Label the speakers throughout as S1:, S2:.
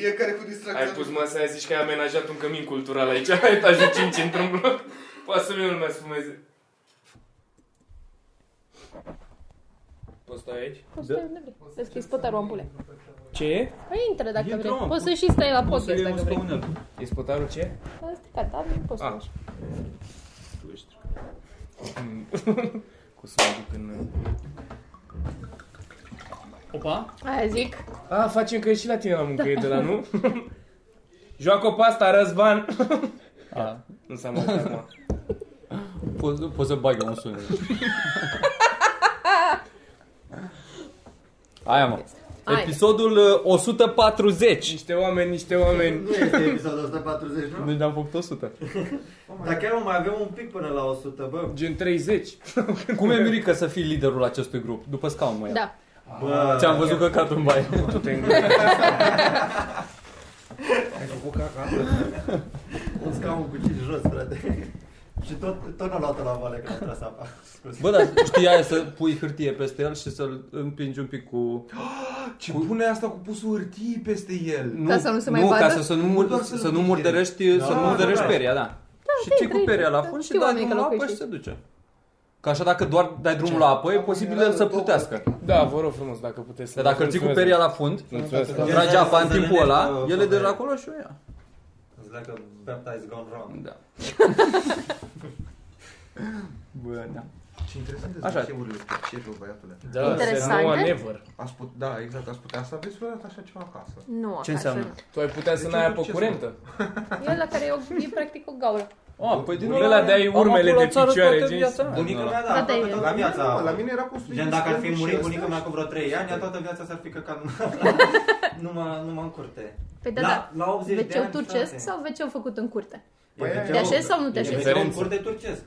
S1: Fiecare cu distracția.
S2: Ai pus mă să zici că ai amenajat un cămin cultural aici, la etajul 5 într-un bloc. Poate să vină lumea să fumeze. Poți stai aici?
S3: Poți
S1: Da.
S3: să nu vrei. Deschizi pătarul, ompule.
S2: Ce e?
S3: Păi intră dacă
S4: Intră,
S3: vrei.
S4: mă,
S3: Poți să și stai la
S4: Poți să
S3: podcast
S4: iei
S3: dacă
S4: un
S3: vrei.
S4: scaunel.
S2: E spătarul ce?
S3: Asta e gata, nu poți să
S2: Ah.
S3: faci.
S2: Tu ești. Cu să mă duc în...
S4: Opa,
S3: Aia zic.
S2: A, facem că e și la tine la mâncăietă, dar nu? Da. Joacă pasta, Răzvan!
S5: A,
S2: Nu s-a mai uitat acum.
S5: poți, poți să bagi un sunet. Aia, mă.
S3: Aia.
S5: Episodul uh, 140.
S2: Niște oameni, niște oameni.
S1: Păi, Nu este episodul 140, nu?
S5: Deci am făcut 100.
S1: Dar chiar mai avem un pic până la 100, bă.
S2: Gen 30.
S5: Cum e, Mirica, să fii liderul acestui grup? După scaun, mă ia.
S3: Da.
S1: Bă,
S5: Ți-am văzut că cat în baie.
S2: Tu te Ai făcut caca?
S1: un scaun cu cinci jos, frate. Și tot, tot n-a luat la vale că a tras apa. Scuze.
S5: Bă, dar știi aia să pui hârtie peste el și să-l împingi un pic cu...
S4: ce pune asta cu pusul hârtii peste el?
S5: Nu,
S3: Ca să nu se mai
S5: nu,
S3: vadă?
S5: Ca să, să nu,
S4: Nu,
S5: mur,
S4: doar
S5: să,
S4: să
S5: să
S4: nu
S5: nu
S4: pice.
S5: murdărești, să
S1: Da,
S5: nu murdărești
S1: da.
S5: peria, da. Și
S3: da,
S5: ții cu
S3: da,
S5: peria la
S3: da.
S5: fund și
S3: Știu
S5: dai
S3: oamenii
S5: drumul la
S3: că
S5: apă și
S3: locuiește.
S5: se duce. Că așa dacă doar dai drumul la apă, e posibil el să plutească.
S2: Da, vă rog frumos, dacă puteți să...
S5: Dar dacă îl ții cu
S2: Mulțumesc.
S5: peria la fund,
S2: Mulțumesc.
S1: Ia,
S5: trage
S1: ia,
S5: apa în
S1: să
S5: timpul
S1: vedeți,
S5: ăla,
S1: uh,
S5: el e de
S1: faptul.
S5: acolo și o ia.
S1: It's like a baptized gone wrong.
S5: Da. Bă, da.
S4: Ce interesant
S5: Așa.
S4: de urile astea, ce rău, băiatule.
S2: Da,
S3: Interesante.
S2: Senua Never.
S4: Aș put, da, exact, aș putea să aveți vreodată așa ceva acasă.
S3: Nu,
S5: Ce
S3: acasă
S5: înseamnă?
S2: Tu ai putea să
S4: Deci
S2: n-ai
S4: eu
S2: apă
S4: ce
S2: curentă.
S3: nu. E la care e, o, e practic o gaură.
S5: A, păi din
S2: Oh, Ăla de-ai
S5: am
S2: urmele
S5: avut la
S2: de
S5: țară
S2: picioare,
S5: toată
S2: gen-
S5: viața mea.
S1: Bunica mea, da,
S3: Da, e.
S1: toată, toată
S4: Mă,
S1: viața.
S4: la mine era construit.
S1: Gen, dacă ar fi
S4: sistemul și
S1: murit
S4: ăsta
S1: bunica mea
S4: și-
S1: cu vreo 3 ani, ea toată viața s-ar fi căcat numai, numai în curte.
S3: Păi da,
S1: la,
S3: da.
S1: la 80 de
S3: Veceu
S1: ani,
S3: turcesc
S1: frate.
S3: sau veceu făcut în curte?
S1: Păi
S4: Te
S1: veceu-
S3: așezi sau nu te
S1: e
S3: așezi?
S1: veceu în
S2: Diferență.
S1: curte turcesc.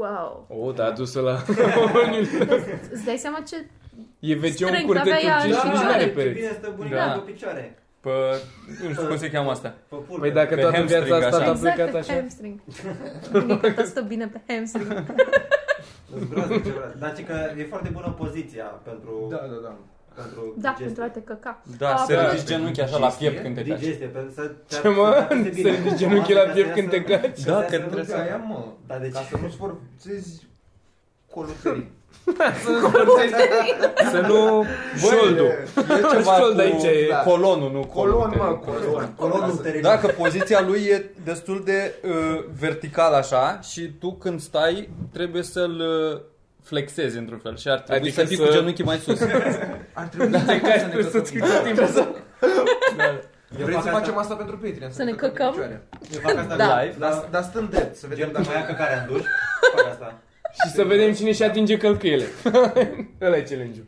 S3: Wow.
S2: O, da, dus-o la...
S3: Îți dai seama ce...
S2: E veceu în
S3: Strâng,
S2: curte
S3: avea ea
S1: Da,
S2: turcești și
S3: și
S2: nu
S3: mare.
S2: are
S1: ce
S2: Deci pereți.
S1: bine stă bunica
S5: Da.
S1: pe picioare.
S5: Pă, nu știu cum se cheamă asta.
S1: Pe pulpe.
S2: Păi dacă
S5: Pe
S2: toată
S5: hamstring,
S2: viața asta
S5: așa.
S2: a
S3: exact,
S2: plecat
S3: pe
S2: așa.
S3: hamstring. Bunica ta stă bine pe hamstring.
S1: Sunt groaznic, ce groaznic. Dar ce că e foarte bună poziția pentru...
S4: Da, da, da.
S1: Pentru
S3: Da,
S1: digestie.
S3: pentru a te căca.
S5: Da,
S3: A,
S5: se
S3: apropo-
S5: ridici genunchi așa la piept când te caci.
S1: Digestie, pentru să...
S2: Ce mă? Să ridici genunchii la piept când te
S1: caci.
S2: caci?
S5: Da,
S1: Ca să
S5: că
S1: nu
S5: trebuie
S4: Trebuie
S5: să...
S4: aia, mă.
S1: Dar de
S4: Ca
S1: ce?
S4: să nu-ți forțezi coloțării.
S2: Să nu... Șoldul.
S5: E ceva
S2: Șold aici e-
S5: cu colonul, nu
S4: Colon,
S5: colon.
S4: mă, colon.
S1: Colonul uterin.
S5: Da, că poziția lui e destul de uh, vertical așa și tu când stai trebuie să-l uh, flexezi într-un fel și ar trebui
S2: Adică
S5: adică să fii cu
S2: să-
S5: genunchii mai sus.
S4: Ar trebui
S2: Te
S4: să
S2: caci
S4: ne
S2: pe sus
S4: căsătorim.
S2: cât timp să...
S4: Vreți să facem asta pentru Patreon?
S3: Să ne
S4: căcăm
S3: căcăm?
S4: în picioare.
S1: Eu fac asta
S3: Da.
S1: live.
S4: Dar
S1: Dar
S4: dar stând drept, să vedem
S1: gen
S4: dacă
S1: dacă mai ia căcarea în duș, fac asta.
S2: Și să vedem cine și atinge călcâiele. Ăla e challenge-ul.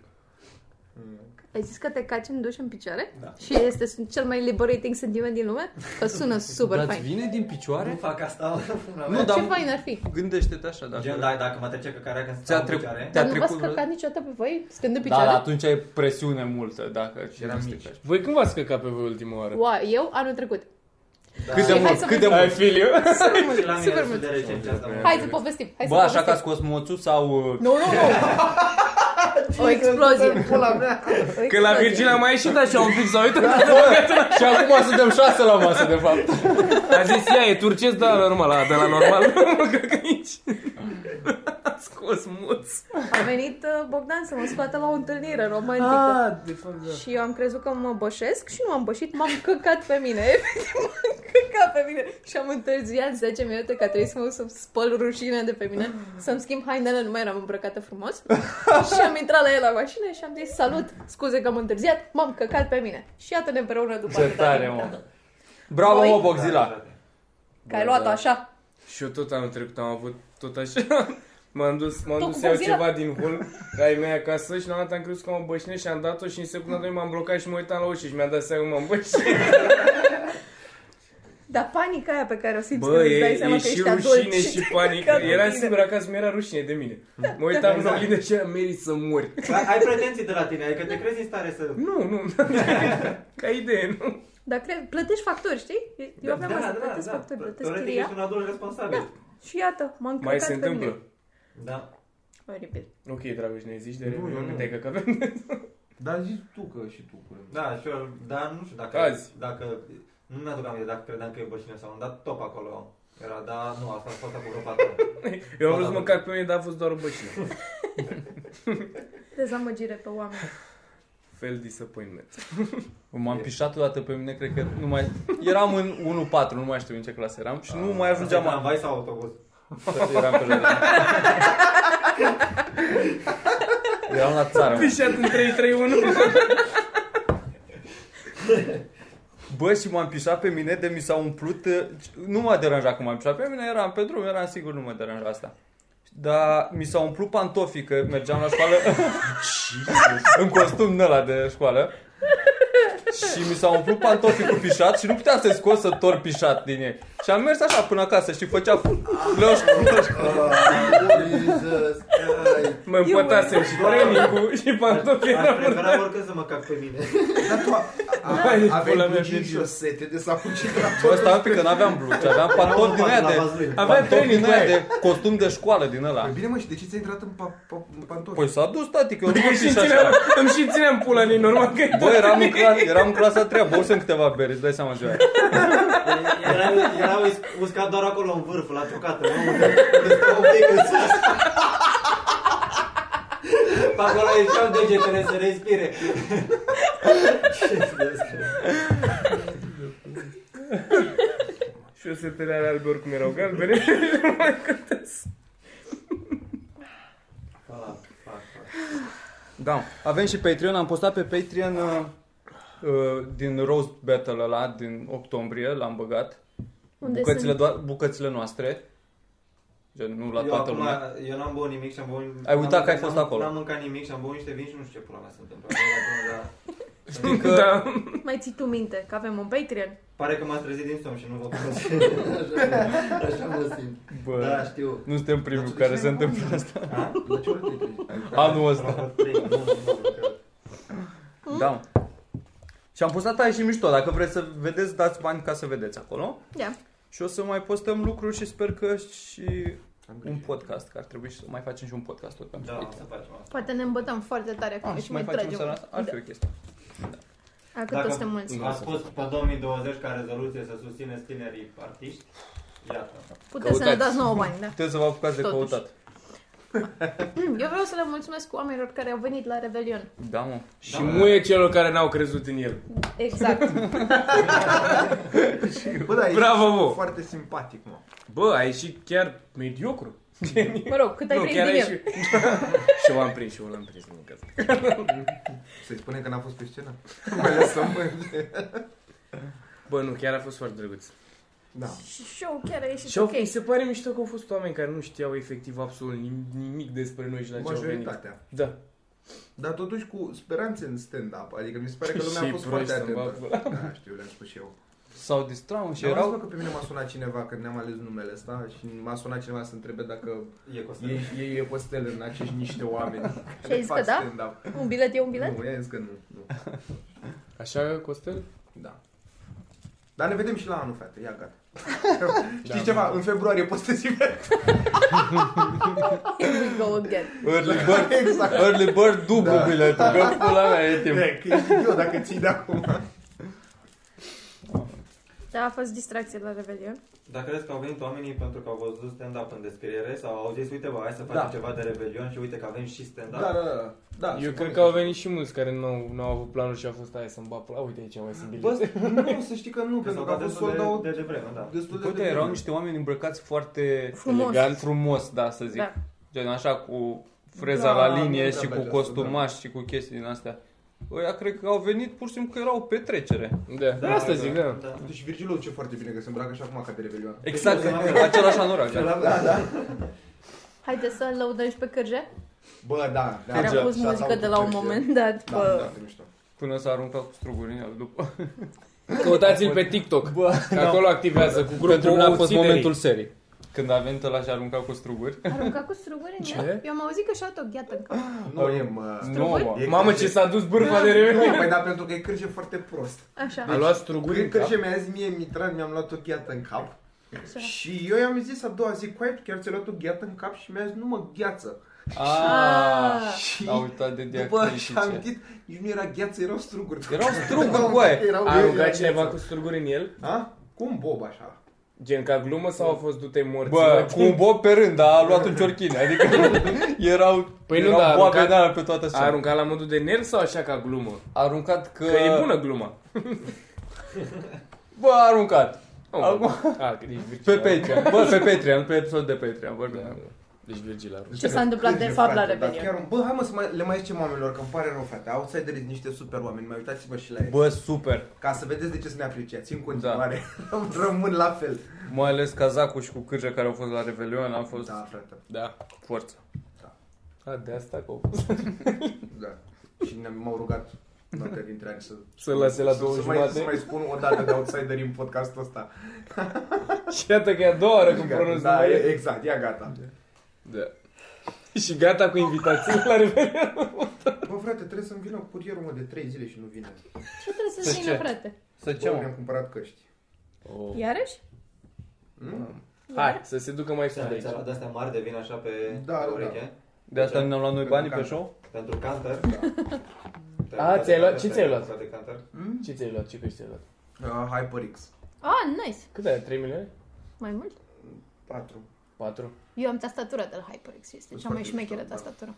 S3: Ai zis că te caci în duș în picioare?
S1: Da.
S3: Și este cel mai liberating sentiment din lume? Că sună super
S5: Dar îți
S3: fain.
S5: vine din
S1: Nu
S5: picioare?
S1: fac asta, pula
S5: Nu,
S1: mea.
S5: dar
S3: Ce fain ar fi?
S5: gândește-te așa. Dacă...
S1: Gen, da, dacă mă trece căcarea când
S5: Ți-a
S1: stau în
S5: trecut-
S1: picioare.
S5: Te-a
S3: Dar nu v-ați
S5: trecut vreo-
S3: căcat niciodată pe voi? Stând în
S5: da,
S3: picioare?
S5: dar atunci e presiune multă dacă și
S4: eram mici.
S2: Voi când v-ați căcat pe voi ultima oară?
S3: Wow, eu anul trecut.
S5: Cât de
S3: Și hai
S5: mult,
S3: să
S5: cât de
S3: vedem.
S2: Ai
S5: mult.
S2: filiu?
S3: Super
S1: da. Și la
S3: mult,
S1: mine
S3: super
S1: sunt
S3: mult.
S1: de recenție asta. mă.
S3: Hai să povestim, hai să
S5: Bă, așa că
S3: povestim.
S5: ați scos moțul sau... uh,
S3: Nu, nu, nu. O explozie.
S4: Pula mea!
S3: O
S2: Că la
S3: explozie.
S2: Virgil a mai ieșit așa un pic, s-a uitat.
S5: Și acum suntem șase la masă, de fapt.
S2: A zis, ia, e turcesc, da, normal, a, de la normal. Mă căcă aici. A scos muț.
S3: A venit uh, Bogdan să mă scoată la o întâlnire romantică.
S2: de fapt,
S3: Și eu am crezut că mă bășesc și nu am bășit, m-am căcat pe mine. Efectiv, m-am căcat pe mine. Și am întârziat 10 minute că a trebuit să mă duc să spăl rușinea de pe mine, să-mi schimb hainele, nu mai eram îmbrăcată frumos. și am intrat la el la mașină și am zis, salut, scuze că am întârziat, m-am căcat pe mine. Și iată-ne împreună după
S5: Ce
S3: atâta
S5: tare,
S3: timp.
S5: mă. Bravo, mă,
S1: Da,
S5: Boxila.
S1: frate.
S3: Că ai
S2: da.
S3: luat-o așa.
S2: Și eu tot anul trecut am avut tot așa. M-am dus, m-am
S3: Tot
S2: dus
S3: cu
S2: să iau
S3: Godzilla?
S2: ceva din hol la ai mei acasă și la un dat am crezut că mă bășine și am dat-o și în secunda 2 m-am blocat și mă uitam la ușă și mi-am dat seama că m-am bășit.
S3: Dar panica aia pe care o simți
S2: Bă,
S3: când îți dai
S2: e,
S3: seama
S2: e
S3: că Da.
S2: și
S3: ești adult
S2: rușine și panică.
S3: căcat în
S2: Eram
S3: tine.
S2: sigur acasă, mi-era rușine de mine. Mă uitam în
S1: Exact.
S2: oglindă și am merit să mori.
S1: Ai, ai pretenții de la tine, adică te crezi în stare să...
S2: Nu, nu, ca idee, nu.
S3: Dar cred, plătești facturi, știi? Eu
S1: Da,
S3: aveam asta, plătesc facturi, plătesc
S1: Teoretic
S3: chiria.
S1: ești un adult responsabil.
S3: Și iată, m-am căcat
S2: Mai se
S3: pe
S2: întâmplă.
S3: mine.
S1: Da.
S3: Oribil.
S2: Ok, Dragoș, ne zici de
S4: Nu, eu
S2: repede
S4: nu.
S2: că te-ai căcat.
S4: Dar Da, zici tu că și tu, curând.
S1: Da, și eu, dar nu știu dacă...
S2: Azi.
S1: Dacă, nu mi-aduc aminte dacă credeam că e bășină sau nu, dar top acolo era, dar nu, asta a fost acum vreo patru ani.
S2: Eu am
S1: Da,
S2: vrut să
S1: da,
S2: mă
S1: da.
S2: cac pe mine, dar a fost doar o bășină.
S3: Dezamăgire pe oameni.
S2: Fel disappointment.
S5: M-am pișat odată pe mine, cred că nu mai... Eram în 1-4, nu mai știu în ce clasă eram și nu mai ajungeam...
S1: Asta e Tramvai sau autobuz?
S5: Eram pe jardin. Eram la țară. mă.
S2: Pișat în 3-3-1.
S5: Bă, și m-am pișat pe mine de mi s-a umplut... uh, Nu mă deranja cum m-am pișat pe mine, eram pe drum, eram sigur, nu mă deranja asta. Dar mi s-a umplut pantofii, că mergeam la școală în costum de ăla de școală. Și mi s-au umplut pantofii cu pișat și nu puteam să scot să torp pișat din ei. Și am mers așa până acasă și făcea leoș, leoș,
S1: da, Jesus Christ!
S2: Mă împătasem și training și pantofii
S1: Aș
S2: erau
S1: prefera oricând să mă cac pe mine.
S4: Dar tu a, a,
S2: Da, e
S4: aveai
S2: pula mea,
S4: blugii
S2: Virgil.
S4: și o sete de s-a fugit la
S5: Bă, stai un pic, că n-aveam blugi, aveam pantofi din aia de...
S2: Avea
S5: Pantofi
S2: training,
S5: din aia
S2: băi.
S5: de costum de școală din
S4: Păi
S5: ăla.
S4: bine mă, și de ce ți-ai intrat în, pa, pa, în pantofi?
S5: Păi s-a dus, tati, că eu nu
S2: Adică
S5: pot
S2: și
S5: și
S2: țineam,
S5: așa.
S2: îmi și țineam pula din urmă că
S5: Bă, eram în, clas, eram în clasa a treia, băusem câteva bere, îți dai seama ce
S1: Era, era us- uscat doar acolo în vârf, la ciocată, nu unde, unde stau un pic în sus. Pe acolo ieșeau degetele să respire. Jesus Christ.
S2: Și o setele alea albe oricum erau galbene.
S1: Fuck, fuck, fuck.
S5: Da. Avem și Patreon, am postat pe Patreon uh, uh, din Roast Battle ăla, din octombrie, l-am băgat.
S3: Unde
S5: bucățile,
S3: sunt?
S5: doar, bucățile noastre. Gen, nu la
S1: eu,
S5: toată
S1: acum-
S5: lumea.
S1: eu n-am băut nimic și am băut...
S5: Ai uitat
S1: n-am-
S5: că ai fost
S1: n-am-
S5: acolo.
S1: N-am mâncat nimic și am băut niște vin și nu știu ce pula mea se întâmplă.
S5: Știi că
S2: Da.
S3: Mai ții tu minte că avem un Patreon?
S1: Pare că m-ați trezit din somn și nu vă cunosc. Așa, așa mă simt.
S5: Bă.
S1: Da, știu.
S5: nu suntem
S4: Dar
S5: primul
S4: tu de
S5: care
S4: ce
S5: se
S4: ai
S5: întâmplă
S4: băut?
S5: asta.
S1: Ha?
S4: La ce oră te-ai trezit?
S5: Anul ăsta.
S1: Probabil trei, nu, nu, nu, cred.
S5: Da. Și am postat aia și mișto. Dacă vreți să vedeți, dați bani ca să vedeți acolo.
S3: Da.
S5: Și o să mai postăm lucruri și sper că și
S4: Am
S5: un
S4: grijă.
S5: podcast, că ar trebui să mai facem și un podcast tot pentru
S1: Da, o să
S5: Patreon.
S1: facem asta.
S3: Poate ne îmbătăm foarte tare acum
S5: Ah,
S3: și
S5: și mai
S3: mai
S5: facem
S3: tragem.
S5: seara asta? Ar fi o chestie.
S3: Da. Acât o să mulți.
S5: Da.
S1: A spus pe 2020 ca rezoluție să susțineți tinerii artiști. Iată.
S3: Puteți să ne
S5: Căutați.
S3: dați nouă bani, da.
S5: Puteți să vă apucați de
S3: Totuși.
S5: căutat.
S3: Mm, Eu vreau să le mulțumesc oamenilor care au venit la Revelion.
S5: Da, mă.
S2: Și muie celor care n-au crezut în el.
S3: Exact.
S4: Bă, da,
S2: Bravo,
S4: Bravo,
S2: bă.
S4: ești foarte simpatic, mă.
S2: Bă, a ieșit chiar mediocru.
S3: Mă rog, cât ai
S2: nu,
S3: prins
S2: chiar
S3: din
S2: a
S3: el.
S2: ieșit. și eu l-am prins, și eu l-am prins. Nu, că-
S4: Să-i spune că n-a fost pe scenă. Mai lăsăm mâine.
S2: Bă, nu, chiar a fost foarte drăguț.
S4: Da.
S3: Și show chiar a ieșit
S2: Și au,
S3: ok.
S2: okay. se pare mișto că au fost oameni care nu știau efectiv absolut nim- nimic despre noi și la ce au venit.
S4: Majoritatea.
S2: Da.
S4: Dar totuși cu speranțe în stand-up. Adică mi se pare că lumea
S2: Și
S4: a fost
S2: proști
S4: foarte
S2: în
S4: atentă. Da, știu, le-am spus și eu.
S5: S-au distrat mă, și
S4: Și erau...
S5: erau...
S4: că pe mine m-a sunat cineva când ne-am ales numele ăsta și m-a sunat cineva să întrebe dacă
S1: E costel.
S4: ei, ei e postel în acești niște oameni
S3: Și ai zis
S4: fac
S3: că da?
S4: stand-up.
S3: Un bilet e un bilet?
S4: Nu, i-a zis că nu, nu.
S2: Așa, Costel?
S4: Da. Dar ne vedem și la anul, frate. Ia, gata. Știi
S2: Da.
S4: ceva? În februarie postez event.
S3: Here we go again.
S5: Early bird,
S4: exact.
S5: early bird dublu
S4: Da.
S5: biletul, că pula mea e timp.
S4: De, că ești eu dacă ții de acum.
S3: Da, a fost distracție la Revelion.
S1: Dar crezi că au venit oamenii pentru că au văzut stand-up în descriere sau au zis, uite bă, hai să facem
S4: Da.
S1: ceva de rebelion și uite că avem și stand-up?
S4: Da, da, da. da
S2: eu
S4: sunt
S2: cred
S4: oameni
S2: că au venit și mulți care nu, nu au avut planul și a fost aia să-mi bapă. Uite aici, mai sunt
S4: Bă,
S2: bilete.
S4: s- nu, să știi că nu,
S1: Că
S4: pentru
S1: s-au
S4: că a
S1: dat
S4: fost
S1: destul
S4: sold
S1: de,
S4: out
S1: de devreme, da.
S4: destul de
S5: Toate
S4: devreme.
S5: erau niște oameni îmbrăcați foarte
S3: Frumos.
S5: elegant, frumos, da, să zic.
S3: Da.
S5: Gen așa cu freza
S4: Da,
S5: la linie
S4: da,
S5: și
S4: da,
S5: cu
S4: da,
S5: costumaș și cu chestii din astea. Ăia cred că au venit pur și simplu că erau o petrecere.
S2: Da, da asta zic, da.
S1: da.
S4: Deci Virgil o duce foarte bine că se îmbracă și acum ca de Revelion.
S5: Exact,
S1: Deci,
S5: că- același anorac. da.
S1: Da, da, da.
S3: Haideți să-l lăudăm și pe Cărge,
S4: Bă, da, da.
S3: care a
S5: Cărge,
S3: pus
S4: Și ați
S3: muzică
S4: auzit
S3: de la un
S4: Cărge.
S3: moment dat.
S4: Da, da,
S3: Bă.
S4: de mișto.
S5: Până s-a aruncat cu strugurinea după.
S3: Da.
S2: Căutați-l pe TikTok.
S5: Bă,
S2: Că acolo activează cu grupul
S5: Pentru mine a fost
S2: Obținerii.
S5: momentul serii. Când a venit ăla și a aruncat cu struguri.
S3: Arunca cu struguri în ea? Eu am auzit că și-a o gheată în cap.
S4: Nu e, mă...
S5: Nu,
S3: Struguri?
S5: mă.
S4: E
S2: Mamă,
S4: cârje.
S2: ce s-a dus bârfa de
S4: Nu,
S2: reveniu.
S4: păi da, pentru că e cârje foarte prost.
S3: Așa.
S2: A luat struguri
S4: Când
S5: da.
S2: în cap.
S4: cârje mi-a zis mie Mitran, mi-am luat o gheată în cap.
S3: așa.
S4: Și eu i-am zis a doua zi, coai, tu chiar ți-ai luat o gheată în cap? Și mi-a zis, nu mă, gheață.
S5: Ah,
S4: Și
S5: a uitat de
S4: după
S5: diacriticice.
S4: și am zis, nici nu era gheață, erau struguri.
S5: Erau struguri,
S4: Erau-
S5: băi.
S4: erau-
S2: A
S4: era
S2: aruncat cineva
S4: gheață.
S2: cu struguri în el?
S4: A? Cum bob așa?
S2: Gen ca glumă sau a fost du-te morți?
S5: Bă, cu un bob pe rând, dar a luat un ciorchine, adică erau,
S2: Păi nu,
S5: erau
S2: dar a
S5: boabe
S2: aruncat-
S5: de alea pe toată
S2: A
S5: scena.
S2: aruncat la modul de nerv sau așa ca glumă?
S5: A aruncat că...
S2: Că e bună gluma.
S5: Bă, a aruncat.
S2: Oh,
S5: Acum-
S2: A, că ești Virgil.
S5: Pe Patreon, bă, pe Patreon, pe episod de Patreon, vorbim.
S2: Da, Deci Virgil a
S3: Ce s-a întâmplat de
S4: Cârje,
S3: fapt la
S4: frate, dar
S3: Rebelion?
S4: chiar un- Bă, hai mă să mai, le mai zicem oamenilor, că îmi pare rău, frate. Outsideri niște super oameni, mai uitați-vă și la ei.
S5: Bă, Da. super.
S4: Ca să vedeți de ce să ne apreciați în continuare. Rămân la fel.
S5: Mai ales cazacul și cu cârja care au fost la Revelion, a fost
S4: Da, frate.
S2: Da.
S5: forță.
S2: A, de asta că
S4: Da. Și ne- m-au rugat dacă dintre ani să...
S2: Să lase la
S4: să-
S2: două
S4: să mai,
S2: jumate.
S4: să mai spun o dată de outsideri în podcastul ăsta.
S2: Și iată că e a doua oară când
S4: Gata,
S2: pronunț
S4: da,
S2: numele.
S4: e- exact, ia gata.
S2: Da. Și gata cu invitații la revedere.
S4: Bă, frate, trebuie să-mi vină curierul, mă, de 3 zile și nu vine.
S3: Ce trebuie
S5: Să
S3: să vină,
S5: ce?
S3: frate?
S5: Să
S4: Ce
S5: ce,
S4: Bă,
S5: mă?
S4: mi-am cumpărat căști.
S3: Iarăși?
S4: Mm?
S2: Hai, să se ducă mai sus de
S1: Ți-a-
S2: aici.
S1: Ți-a luat de-astea mari Deci, de vin așa pe,
S4: Da,
S1: pe
S4: da, Da.
S1: ureche?
S5: De asta ne-am luat noi
S4: Pentru
S5: banii pe
S4: cancer.
S5: show?
S1: Pentru canter?
S2: A, ți-ai luat- ce ți-ai luat?
S1: De canter?
S2: Ce ți-ai luat? Ce căști ți-ai luat?
S4: Uh, HyperX.
S3: Ah, nice.
S2: Cât ai? 3 milioane?
S3: Mai mult?
S4: 4.
S2: 4?
S3: Eu am tastatura de la HyperX. Este cea mai
S4: Foarte
S3: șmecheră
S4: mișto, da.
S3: tastatură.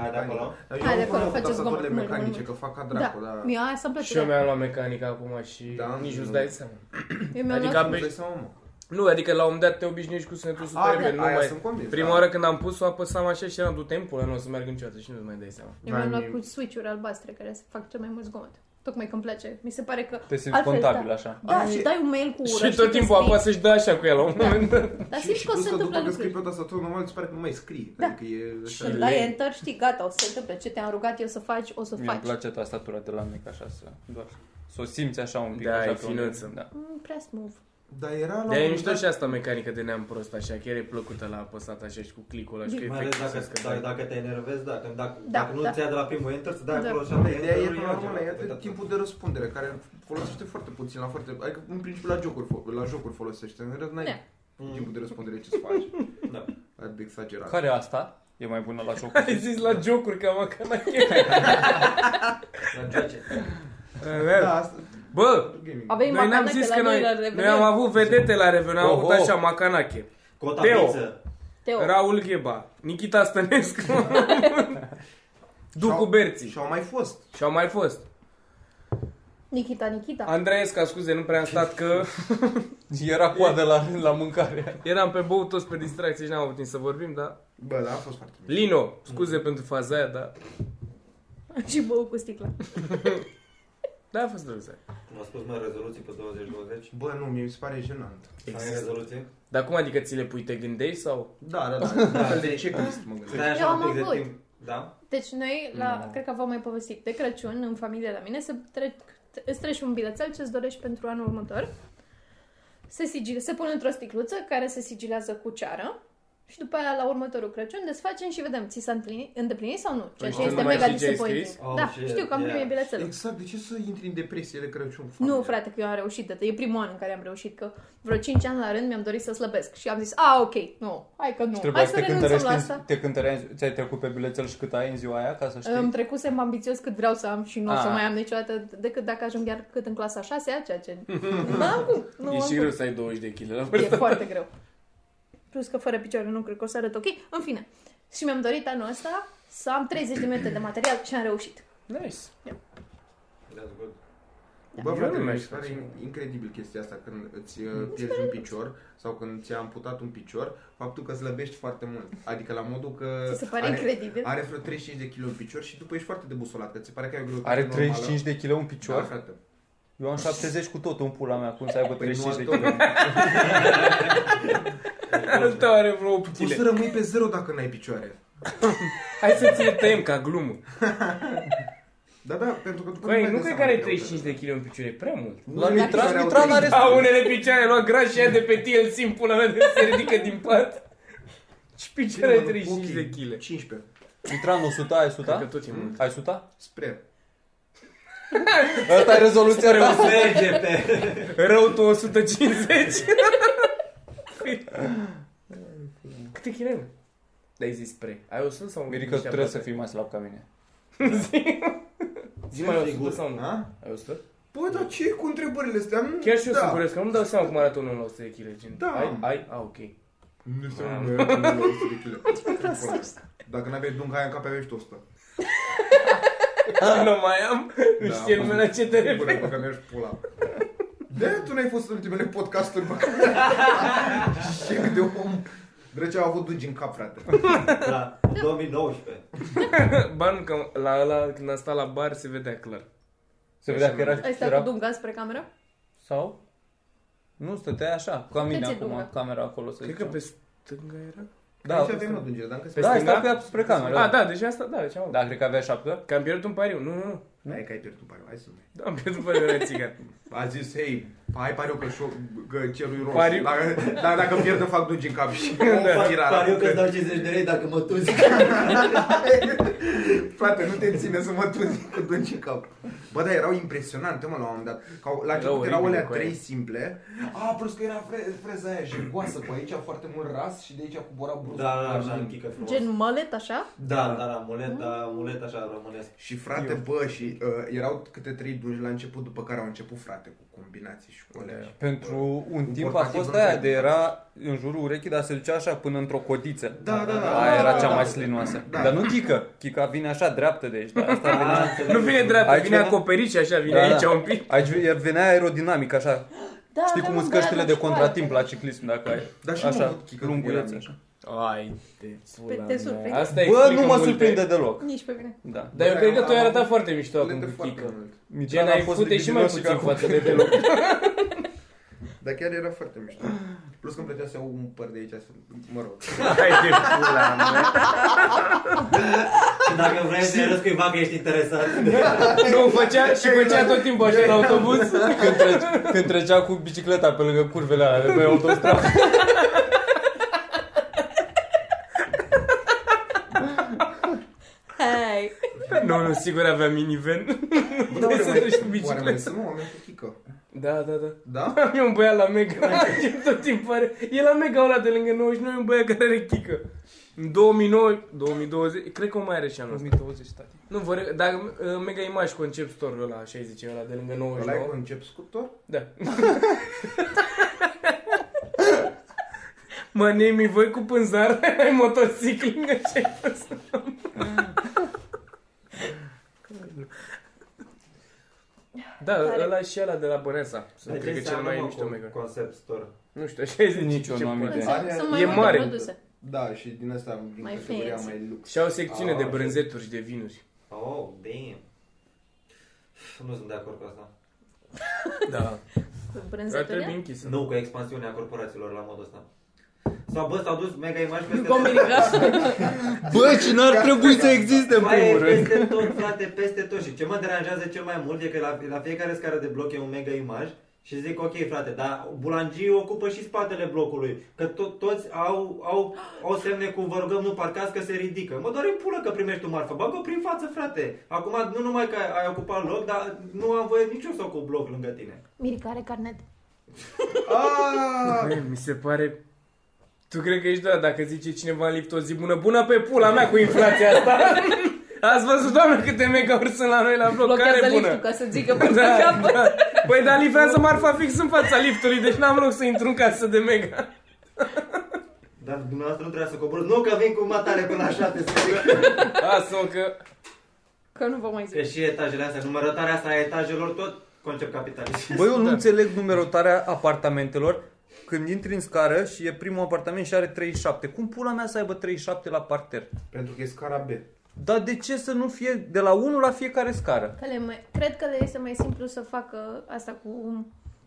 S1: Aia de acolo?
S3: Hai, de acolo, faceți
S4: Tastaturile
S3: zgomot,
S4: mecanice,
S3: mult,
S4: că fac ca
S3: Da,
S4: dracu, da.
S3: mi-a aia s-a plăcut.
S2: Și eu mi-am luat mecanică acum și
S4: Da,
S2: nici
S4: nu.
S2: nu-ți dai seama.
S3: Eu mi-am
S2: Adică
S3: luat...
S4: Nu-ți
S2: pe-
S4: dai seama, mă.
S2: Nu, adică la un moment dat te obișnuiești cu sunetul
S4: A,
S2: super repede.
S4: da,
S2: nu
S4: aia
S2: mai...
S4: sunt convins,
S2: Prima
S4: da.
S2: oară când am pus-o, apăsam așa și eram du timpul, nu o să meargă niciodată și nu-ți mai dai seama.
S3: Eu mi-am
S4: Da,
S3: luat
S4: mi-
S3: cu switch-uri albastre care se fac cel mai mult zgomot. Tocmai că îmi place. Mi se pare că
S5: Te simți
S3: altfel,
S5: contabil,
S3: da.
S5: așa.
S3: Da,
S4: Ai-
S3: și dai un mail cu ură.
S2: și tot timpul
S3: apasă.
S2: apasă și dă așa cu el la
S3: Da,
S2: un moment dat.
S3: Dar simți că o să se
S4: plus
S3: întâmple
S4: după că scrii
S3: lucruri.
S4: pe o tastatură normal, îți pare că nu mai scrii.
S3: Da.
S4: Adică e...
S3: Și dai enter, știi, gata, o să se întâmple. Ce te-am rugat eu să faci, o să
S5: Mie îmi
S3: faci.
S5: place tastatura de la mic, așa să... Doar să o simți așa un pic.
S2: Da,
S5: așa
S2: e
S5: pe unde-
S2: finuță.
S5: Da.
S3: Mm, prea smooth.
S4: Dar era la un
S2: De e
S4: moment
S2: mișto
S3: da.
S4: dat-
S2: și asta mecanică de neam prost, așa, chiar e plăcută la apăsat așa și cu clicul ăla și că
S1: Mai ales
S2: efectiv
S1: dacă,
S2: se
S1: dacă,
S2: scădă.
S1: dacă te enervezi, dacă, dacă,
S3: Da,
S1: dacă nu
S3: da.
S1: ți ia de la primul enter, să dai
S3: Da.
S1: acolo și
S4: Da,
S1: apoi
S4: Ideea e,
S1: enter-ul,
S4: până la
S1: altceva.
S4: urmă, iată
S1: Uitați-vă.
S4: timpul de răspundere, care folosește foarte puțin la foarte... Adică, în principiu, la jocuri, fo- la jocuri folosește. În rest,
S3: Da.
S4: n-ai
S1: Mm.
S4: timpul de răspundere ce să faci.
S1: Da.
S4: Adică exagerat.
S5: Care e asta? E mai bună la jocul?
S2: Ai zis la jocuri ca macana
S1: La joace.
S4: Da, asta...
S2: Bă,
S4: Gaming.
S3: Avem
S2: noi n-am
S3: Păi, macanache
S2: zis
S3: la
S2: că
S3: noi la
S2: noi, noi am
S3: Revelion.
S2: avut vedete la Revelion, am
S5: Oho.
S2: avut așa Macanache,
S1: Cota
S2: Teo.
S1: pizza.
S3: Teo,
S2: Raul Gheba, Nikita Stănescu, Ducu
S4: Și-au-
S2: Berții
S4: Și au mai fost.
S2: și au mai fost.
S3: Nikita, Nikita.
S2: Andreesca, scuze, nu prea am stat că
S5: Era coadă la, la mâncare.
S2: eram pe băut toți pe distracție și n-am avut timp să vorbim, dar...
S4: Bă, da, a fost foarte mișto.
S2: Lino, scuze pentru faza aia, da? dar...
S3: Și bău cu sticla.
S2: Da, a fost drăguță.
S1: M-a spus mai rezoluții pe 2020.
S4: Bă, nu, mie mi se pare jenant.
S1: Și
S2: Exact.
S1: ai rezoluție?
S2: Dar cum adică ți le pui, te gândești sau...
S4: Da, da, da. da. de ce că mă gândesc.
S1: Stai
S3: Eu
S1: așa un
S3: am
S1: pic de
S3: avut.
S1: timp. Da?
S3: Deci noi, la, cred că v-am mai povestit, de Crăciun, în familie la mine, să trec, îți treci un bilețel ce-ți dorești pentru anul următor. Se, sigil, se pune într-o sticluță care se sigilează cu ceară și după aia, la următorul Crăciun, desfacem și vedem ți s-a împlinit, îndeplinit sau nu.
S2: Păi
S3: Ceea ce
S2: și tu
S3: este
S2: nu mai
S3: mega
S2: știi ce ai
S3: disappointing.
S2: scris?
S1: Oh,
S3: da,
S1: shit,
S3: știu că am
S1: yeah.
S3: primit bilețelul.
S4: Exact, de ce să intri în depresie de Crăciun?
S3: Nu,
S4: familie?
S3: frate, că eu am reușit. de- E primul an în care am reușit, că vreo 5 ani la rând mi-am dorit să slăbesc. Și am zis, a, ok, nu, hai că nu. Hai
S5: Trebuia să
S3: să
S5: te
S3: renunțăm
S5: cântărești,
S3: la
S5: în-
S3: asta.
S5: te cântăreai, ți-ai trecut pe bilețel și cât ai în ziua aia, ca să știi?
S3: Îmi trecusem ambițios cât vreau să am și nu o să
S5: Ah.
S3: mai am niciodată, decât dacă ajung chiar cât în clasa 6 ceea ce... nu am cum, nu
S2: e
S3: am
S2: și
S3: cum.
S2: greu să ai 20 de kg la
S3: E
S2: vârstă.
S3: foarte greu. Plus că fără picioare nu cred că o să arăt ok. În fine. Și mi-am dorit anul ăsta să am 30 de minute de material și am reușit.
S2: Nice.
S1: That's good.
S3: Da.
S4: Bă, frate,
S2: Eu nu
S4: mi
S2: mi-aș
S4: se pare
S2: face.
S4: in- incredibil chestia asta când îți uh, pierzi un picior sau când ți-a amputat un picior, faptul că slăbești foarte mult. Adică la modul că
S5: Uh,
S3: Ți se pare incredibil?
S4: are vreo 35 de kg în picior și după ești foarte debusolat, că ți se pare că ai o greutate
S5: Are
S4: normală.
S5: 35 de kg un
S4: Da,
S5: picior?
S4: frate.
S5: Eu am 70 cu tot un pula mea, cum să aibă
S4: Păi nu
S5: 35 de
S4: atât.
S5: kg?
S2: Tău are vreo 8
S4: Poți să
S2: kg.
S4: rămâi pe zero dacă n-ai picioare.
S2: Hai să ți le tăiem ca glumă.
S4: Da, da, pentru că tu
S2: Băi,
S4: dai
S2: Păi, nu
S4: seama
S2: cred că are
S4: de
S2: 35 de
S4: greutate.
S2: kg în picioare, e prea mult.
S5: La Mitran,
S4: Care au
S5: Mitran are...
S2: A, unele picioare lua gras și ea de pe tine îl simt pula mea de se ridică din pat. Și picioare are 35 de kg.
S4: 15.
S5: Mitran, 100, ai
S2: Cred că
S5: 100?
S2: tot e mult.
S5: Ai 100?
S4: Spre.
S5: Asta e rezoluția ta.
S1: Merge pe...
S2: Rău tu 150. Câte kg ai, mă? Dar ai zis spre. Ai 100 sau
S5: Mirica, tu
S2: niște
S5: trebuie să
S2: aproape?
S5: fii mai slab ca mine.
S2: Zi mai ai 100 sau nu?
S4: Da?
S2: Ai 100?
S4: Bă, dar ce e cu întrebările astea? Nu-
S2: Chiar și eu
S4: da.
S2: sunt curios, că nu-mi dau seama cum arată unul la 100 de kg. Gen,
S4: Da.
S2: Ai? Ai? A, ok.
S4: Nu știu,
S2: Am.
S4: nu e cum la 100 de kg. Dacă n-aveai dunga aia în cap, aveai și tu 100.
S2: Nu mai am. Nu
S4: Da.
S2: știe lumea la ce te referi.
S4: Bună, că mi-aș pula. De tu n-ai fost în ultimele podcasturi, bă. Și cât de om. Drăcea a avut dungi în cap, frate.
S1: Da, 2019.
S2: Ba nu, că la ăla, când a stat la bar, se vedea clar.
S5: Se vedea că era...
S3: Ai stat
S5: era...
S3: cu dunga spre cameră?
S5: Sau? Nu, stăteai așa, ca mine
S3: ți-e
S5: acum,
S3: dumă?
S5: camera acolo, să
S2: Cred că pe stânga era?
S5: Da,
S4: și avem o dungire, dar încă se...
S5: da,
S2: pe
S5: stai
S2: stânga?
S5: pe spre cameră.
S2: A, da, deci asta, da, deci am. Da.
S5: Da, cred că avea șapte.
S2: Că am pierdut un pariu. Nu, nu, nu.
S4: Hai că ai pierdut pariu, hai să
S2: Da, am pierdut pariu la țigan.
S4: A zis, hei, hai pariu că, șo- că cerul e roșu.
S2: Pariu. Da.
S4: Dacă, da, dacă pierd, îmi fac dungi în cap și
S1: Fac Pariu că îți dau 50 de lei dacă mă tuzi.
S4: Frate, nu te ține să mă tunzi cu dungi în cap. Bă, da, erau impresionante, mă, la un moment dat. Ca, la început
S2: oribile
S4: erau alea
S2: cu aia.
S4: trei simple. A, plus că era fre- freza aia jegoasă cu aici foarte mult ras și de aici cobora brusc.
S1: Da, da, așa, în chică frumos.
S3: Gen mullet, așa?
S1: Da, da, da, mulet, da, mulet așa românesc.
S4: Și frate, bă, și uh, erau câte trei dungi la început, după care au început, frate, cu combinații și cu alea.
S5: Pentru un timp a
S4: portativ
S5: fost
S4: întreg.
S5: aia de era în jurul urechii, dar se ducea așa până într-o cotiță.
S4: Da, da, da.
S5: Aia era
S4: da,
S5: cea
S4: da,
S5: mai
S4: da.
S5: slinoasă.
S4: Da.
S5: Dar nu chică. Chica vine așa dreaptă de aici. Dar asta
S1: Ah,
S5: venea...
S1: înțeleg.
S2: Da. Nu vine dreapta,
S5: Aici
S2: vine
S5: era?
S2: acoperit și așa, vine
S5: Da, da.
S2: aici un pic.
S5: Aici iar venea aerodinamic, așa.
S3: Da,
S5: Știi
S3: da,
S5: cum
S3: mă,
S5: sunt
S3: da,
S5: căștile
S3: da,
S5: de
S3: și
S5: contratimp la
S3: foarte.
S5: ciclism, dacă ai.
S4: Dar și nu
S5: Așa,
S4: văd chică
S5: lungulețe,
S4: era mic.
S5: așa.
S2: Ai, te
S3: Pe-
S2: pula
S3: te
S2: mea.
S3: surprinde.
S2: Asta
S5: Bă,
S2: explică
S5: nu mă
S2: multe.
S5: surprinde deloc.
S3: Nici pe mine.
S5: Da.
S2: Dar eu
S4: Bă,
S2: cred că
S4: am-
S2: tu ai
S4: am
S2: arătat
S4: avut
S2: foarte mișto acum
S4: Plete
S2: cu
S4: foarte
S2: Chică.
S4: mult.
S5: Mitran
S2: Gen,
S5: a
S2: ai
S5: fost
S2: fute și mai
S5: libidos și
S2: puțin
S5: ca-
S2: față de deloc.
S4: Dar chiar era foarte mișto. Plus că îmi plăcea să iau un păr de aici, să, mă rog.
S2: Hai de pula mea.
S1: Și dacă vrei să-i arăți cuiva că ești interesat.
S2: Da. Nu, făcea și făcea tot timpul așa
S5: Exact.
S2: la autobuz.
S5: Când, trece, când trecea cu bicicleta pe lângă curvele alea de pe autostradă.
S3: Hai!
S2: Nu, nu, sigur avea minivan.
S4: Bă, dar oare
S2: să
S4: mai-
S2: duci cu bicicleta.
S4: Oare mai sunt oameni cu chică?
S2: Da, da, da.
S4: Da?
S2: Am eu un băiat la Mega, ce tot timpul are. E la Mega ăla de lângă 99, e un băiat care are chică. În 2009, 2020, cred că o mai are și anul ăsta.
S5: 2020, tati.
S2: Nu, vă, re- dar uh, Mega Image Concept Store ăla, așa îi zice, ăla de lângă
S4: Ăla e
S2: 99.
S4: concep sculptor?
S2: Da. mă, nemi, voi cu pânzar, ai motocicl lângă ce ai pus? Da,
S3: Tare.
S2: ăla și ăla de la Băneasa. Sunt,
S1: Deci
S2: cred că cel
S1: înseamnă,
S2: mai
S1: mă,
S2: mișto
S1: cu-
S2: Mega.
S1: Concept store.
S2: Nu știu, așa e
S5: Nici eu nu am idee.
S4: Are-
S3: Sunt, sunt mai
S2: e
S3: multe
S2: mare.
S3: produse.
S4: Da, și din asta, din
S3: Mai
S4: categoria
S3: fancy.
S4: mai lux.
S2: Și au secțiune
S1: Ah,
S2: de
S1: ok.
S2: brânzeturi și de vinuri.
S1: Oh, damn. Nu sunt de acord cu asta.
S2: Da.
S3: Cu
S2: Ar trebui
S3: brânzeturi.
S2: închisă.
S1: Nu, cu expansiunea corporațiilor la modul ăsta. Sau bă, s-au dus mega imagi peste
S3: Cu american.
S5: Bă, și n-ar trebui să existe în
S1: Mai e
S5: primul rând.
S1: peste tot, frate, peste tot. Și ce mă deranjează cel mai mult e că la, la fiecare scară de bloc e un mega imaj și zic, ok, frate, dar bulangii ocupă și spatele blocului, că to- toți au, au, au semne cu vă rugăm nu parcați că se ridică. Mă doare în pulă că primești o marfă, bagă prin față, frate. Acum nu numai că ai ocupat loc, dar nu am voie nici eu să ocup bloc lângă tine.
S3: Mirica are carnet.
S4: Aaaa! Ah!
S2: Băi, mi se pare... Tu cred că ești doar dacă zice cineva în lift o zi bună, bună pe pula mea cu inflația asta. Ați văzut, doamnă, câte megauri sunt la noi la bloc,
S3: Blochează
S2: care
S3: liftul
S2: bună?
S3: ca să zică până
S2: Da,
S3: la capăt.
S2: da. Păi, dar livrează marfa fix în fața liftului, deci n-am loc să intru în casă de mega.
S1: Dar dumneavoastră nu trebuie să coborâți. Nu că vin cu matale până la șapte să ridic.
S2: Lasă-mă că...
S3: Că nu vă mai zic.
S1: Că și etajele astea, numărătarea asta a etajelor, tot concept capitalist.
S5: Bă, eu nu înțeleg numerotarea apartamentelor când intri în scară și e primul apartament și are 37. Cum pula mea să aibă 37 la parter?
S4: Pentru că e scara B.
S5: Dar de ce să nu fie de la 1 la fiecare scară?
S3: Că le mai, cred că le este mai simplu să facă asta cu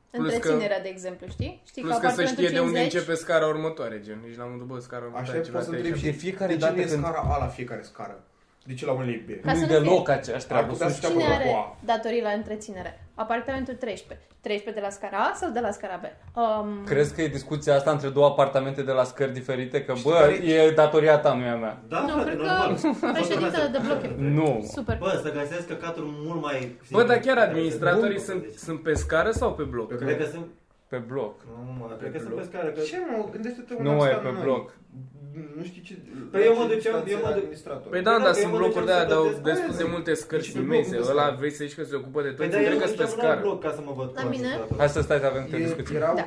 S2: Plus
S3: întreținerea, de exemplu, știi? Știi
S2: Plus că să
S3: apartamentul
S2: știe de unde
S3: 50
S2: începe scara următoare, gen. Nici la modul, bă, scara
S4: Așa
S2: următoare,
S4: poți să
S2: trei,
S4: întrebi și
S5: De fiecare
S4: de ce nu
S5: dată
S4: e
S5: când-
S4: scara A la fiecare scară. De ce la unele e bine?
S3: Ca să
S5: Nu-i
S3: nu fie-
S5: deloc aceeași
S4: Ar
S5: treabă.
S4: putea să
S5: sus.
S4: stea
S3: Cine
S4: acolo.
S3: are
S4: Wow.
S3: datorii la întreținere? Apartamentul 13. 13 de la scara A sau de la scara B? Um,
S5: Crezi că e discuția asta între două apartamente de la scări diferite? Că, bă,
S4: care e-
S5: e datoria ta, nu e a mea.
S1: Da,
S3: nu,
S1: frate,
S3: cred
S1: normal.
S3: că președintele de bloc e
S5: Nu.
S3: super.
S1: Bă, să găsesc căcaturi mult mai...
S2: Bă,
S1: simple.
S2: dar chiar administratorii
S1: Bun,
S2: sunt,
S1: deci.
S2: sunt pe scară sau pe bloc?
S1: Cred că sunt...
S5: Pe bloc.
S1: Nu, mă, cred că sunt pe scară. Că...
S4: Ce mă, gândește-te un
S5: Nu
S4: alt
S5: e
S4: stat
S5: pe
S4: noi.
S5: bloc.
S4: Nu știi ce...
S1: Păi eu mă
S4: ce
S1: duceam-
S4: distanțe
S1: eu mă
S4: era
S1: duc-
S4: administratorul.
S2: Păi da,
S1: da,
S2: dar
S1: că
S2: sunt
S1: eu
S2: blocuri
S1: mă
S2: de aia, dar
S1: duceam să
S2: au
S1: plătesc-
S2: destul de
S4: Aia,
S2: multe scări
S4: Deci pe
S2: imense.
S4: blocul
S2: Ăla
S4: ăsta.
S2: vrei să zici că se ocupă de
S1: Păi
S2: tot,
S1: da,
S2: eu
S1: eu
S2: cred
S1: mă
S2: că sunt pe
S1: duceam la
S2: scară.
S1: bloc ca să mă văd
S3: La
S1: cu
S3: mine?
S1: administratorul.
S5: Hai să stai să avem câte
S4: E-
S5: discuții.
S4: Era,
S3: Da.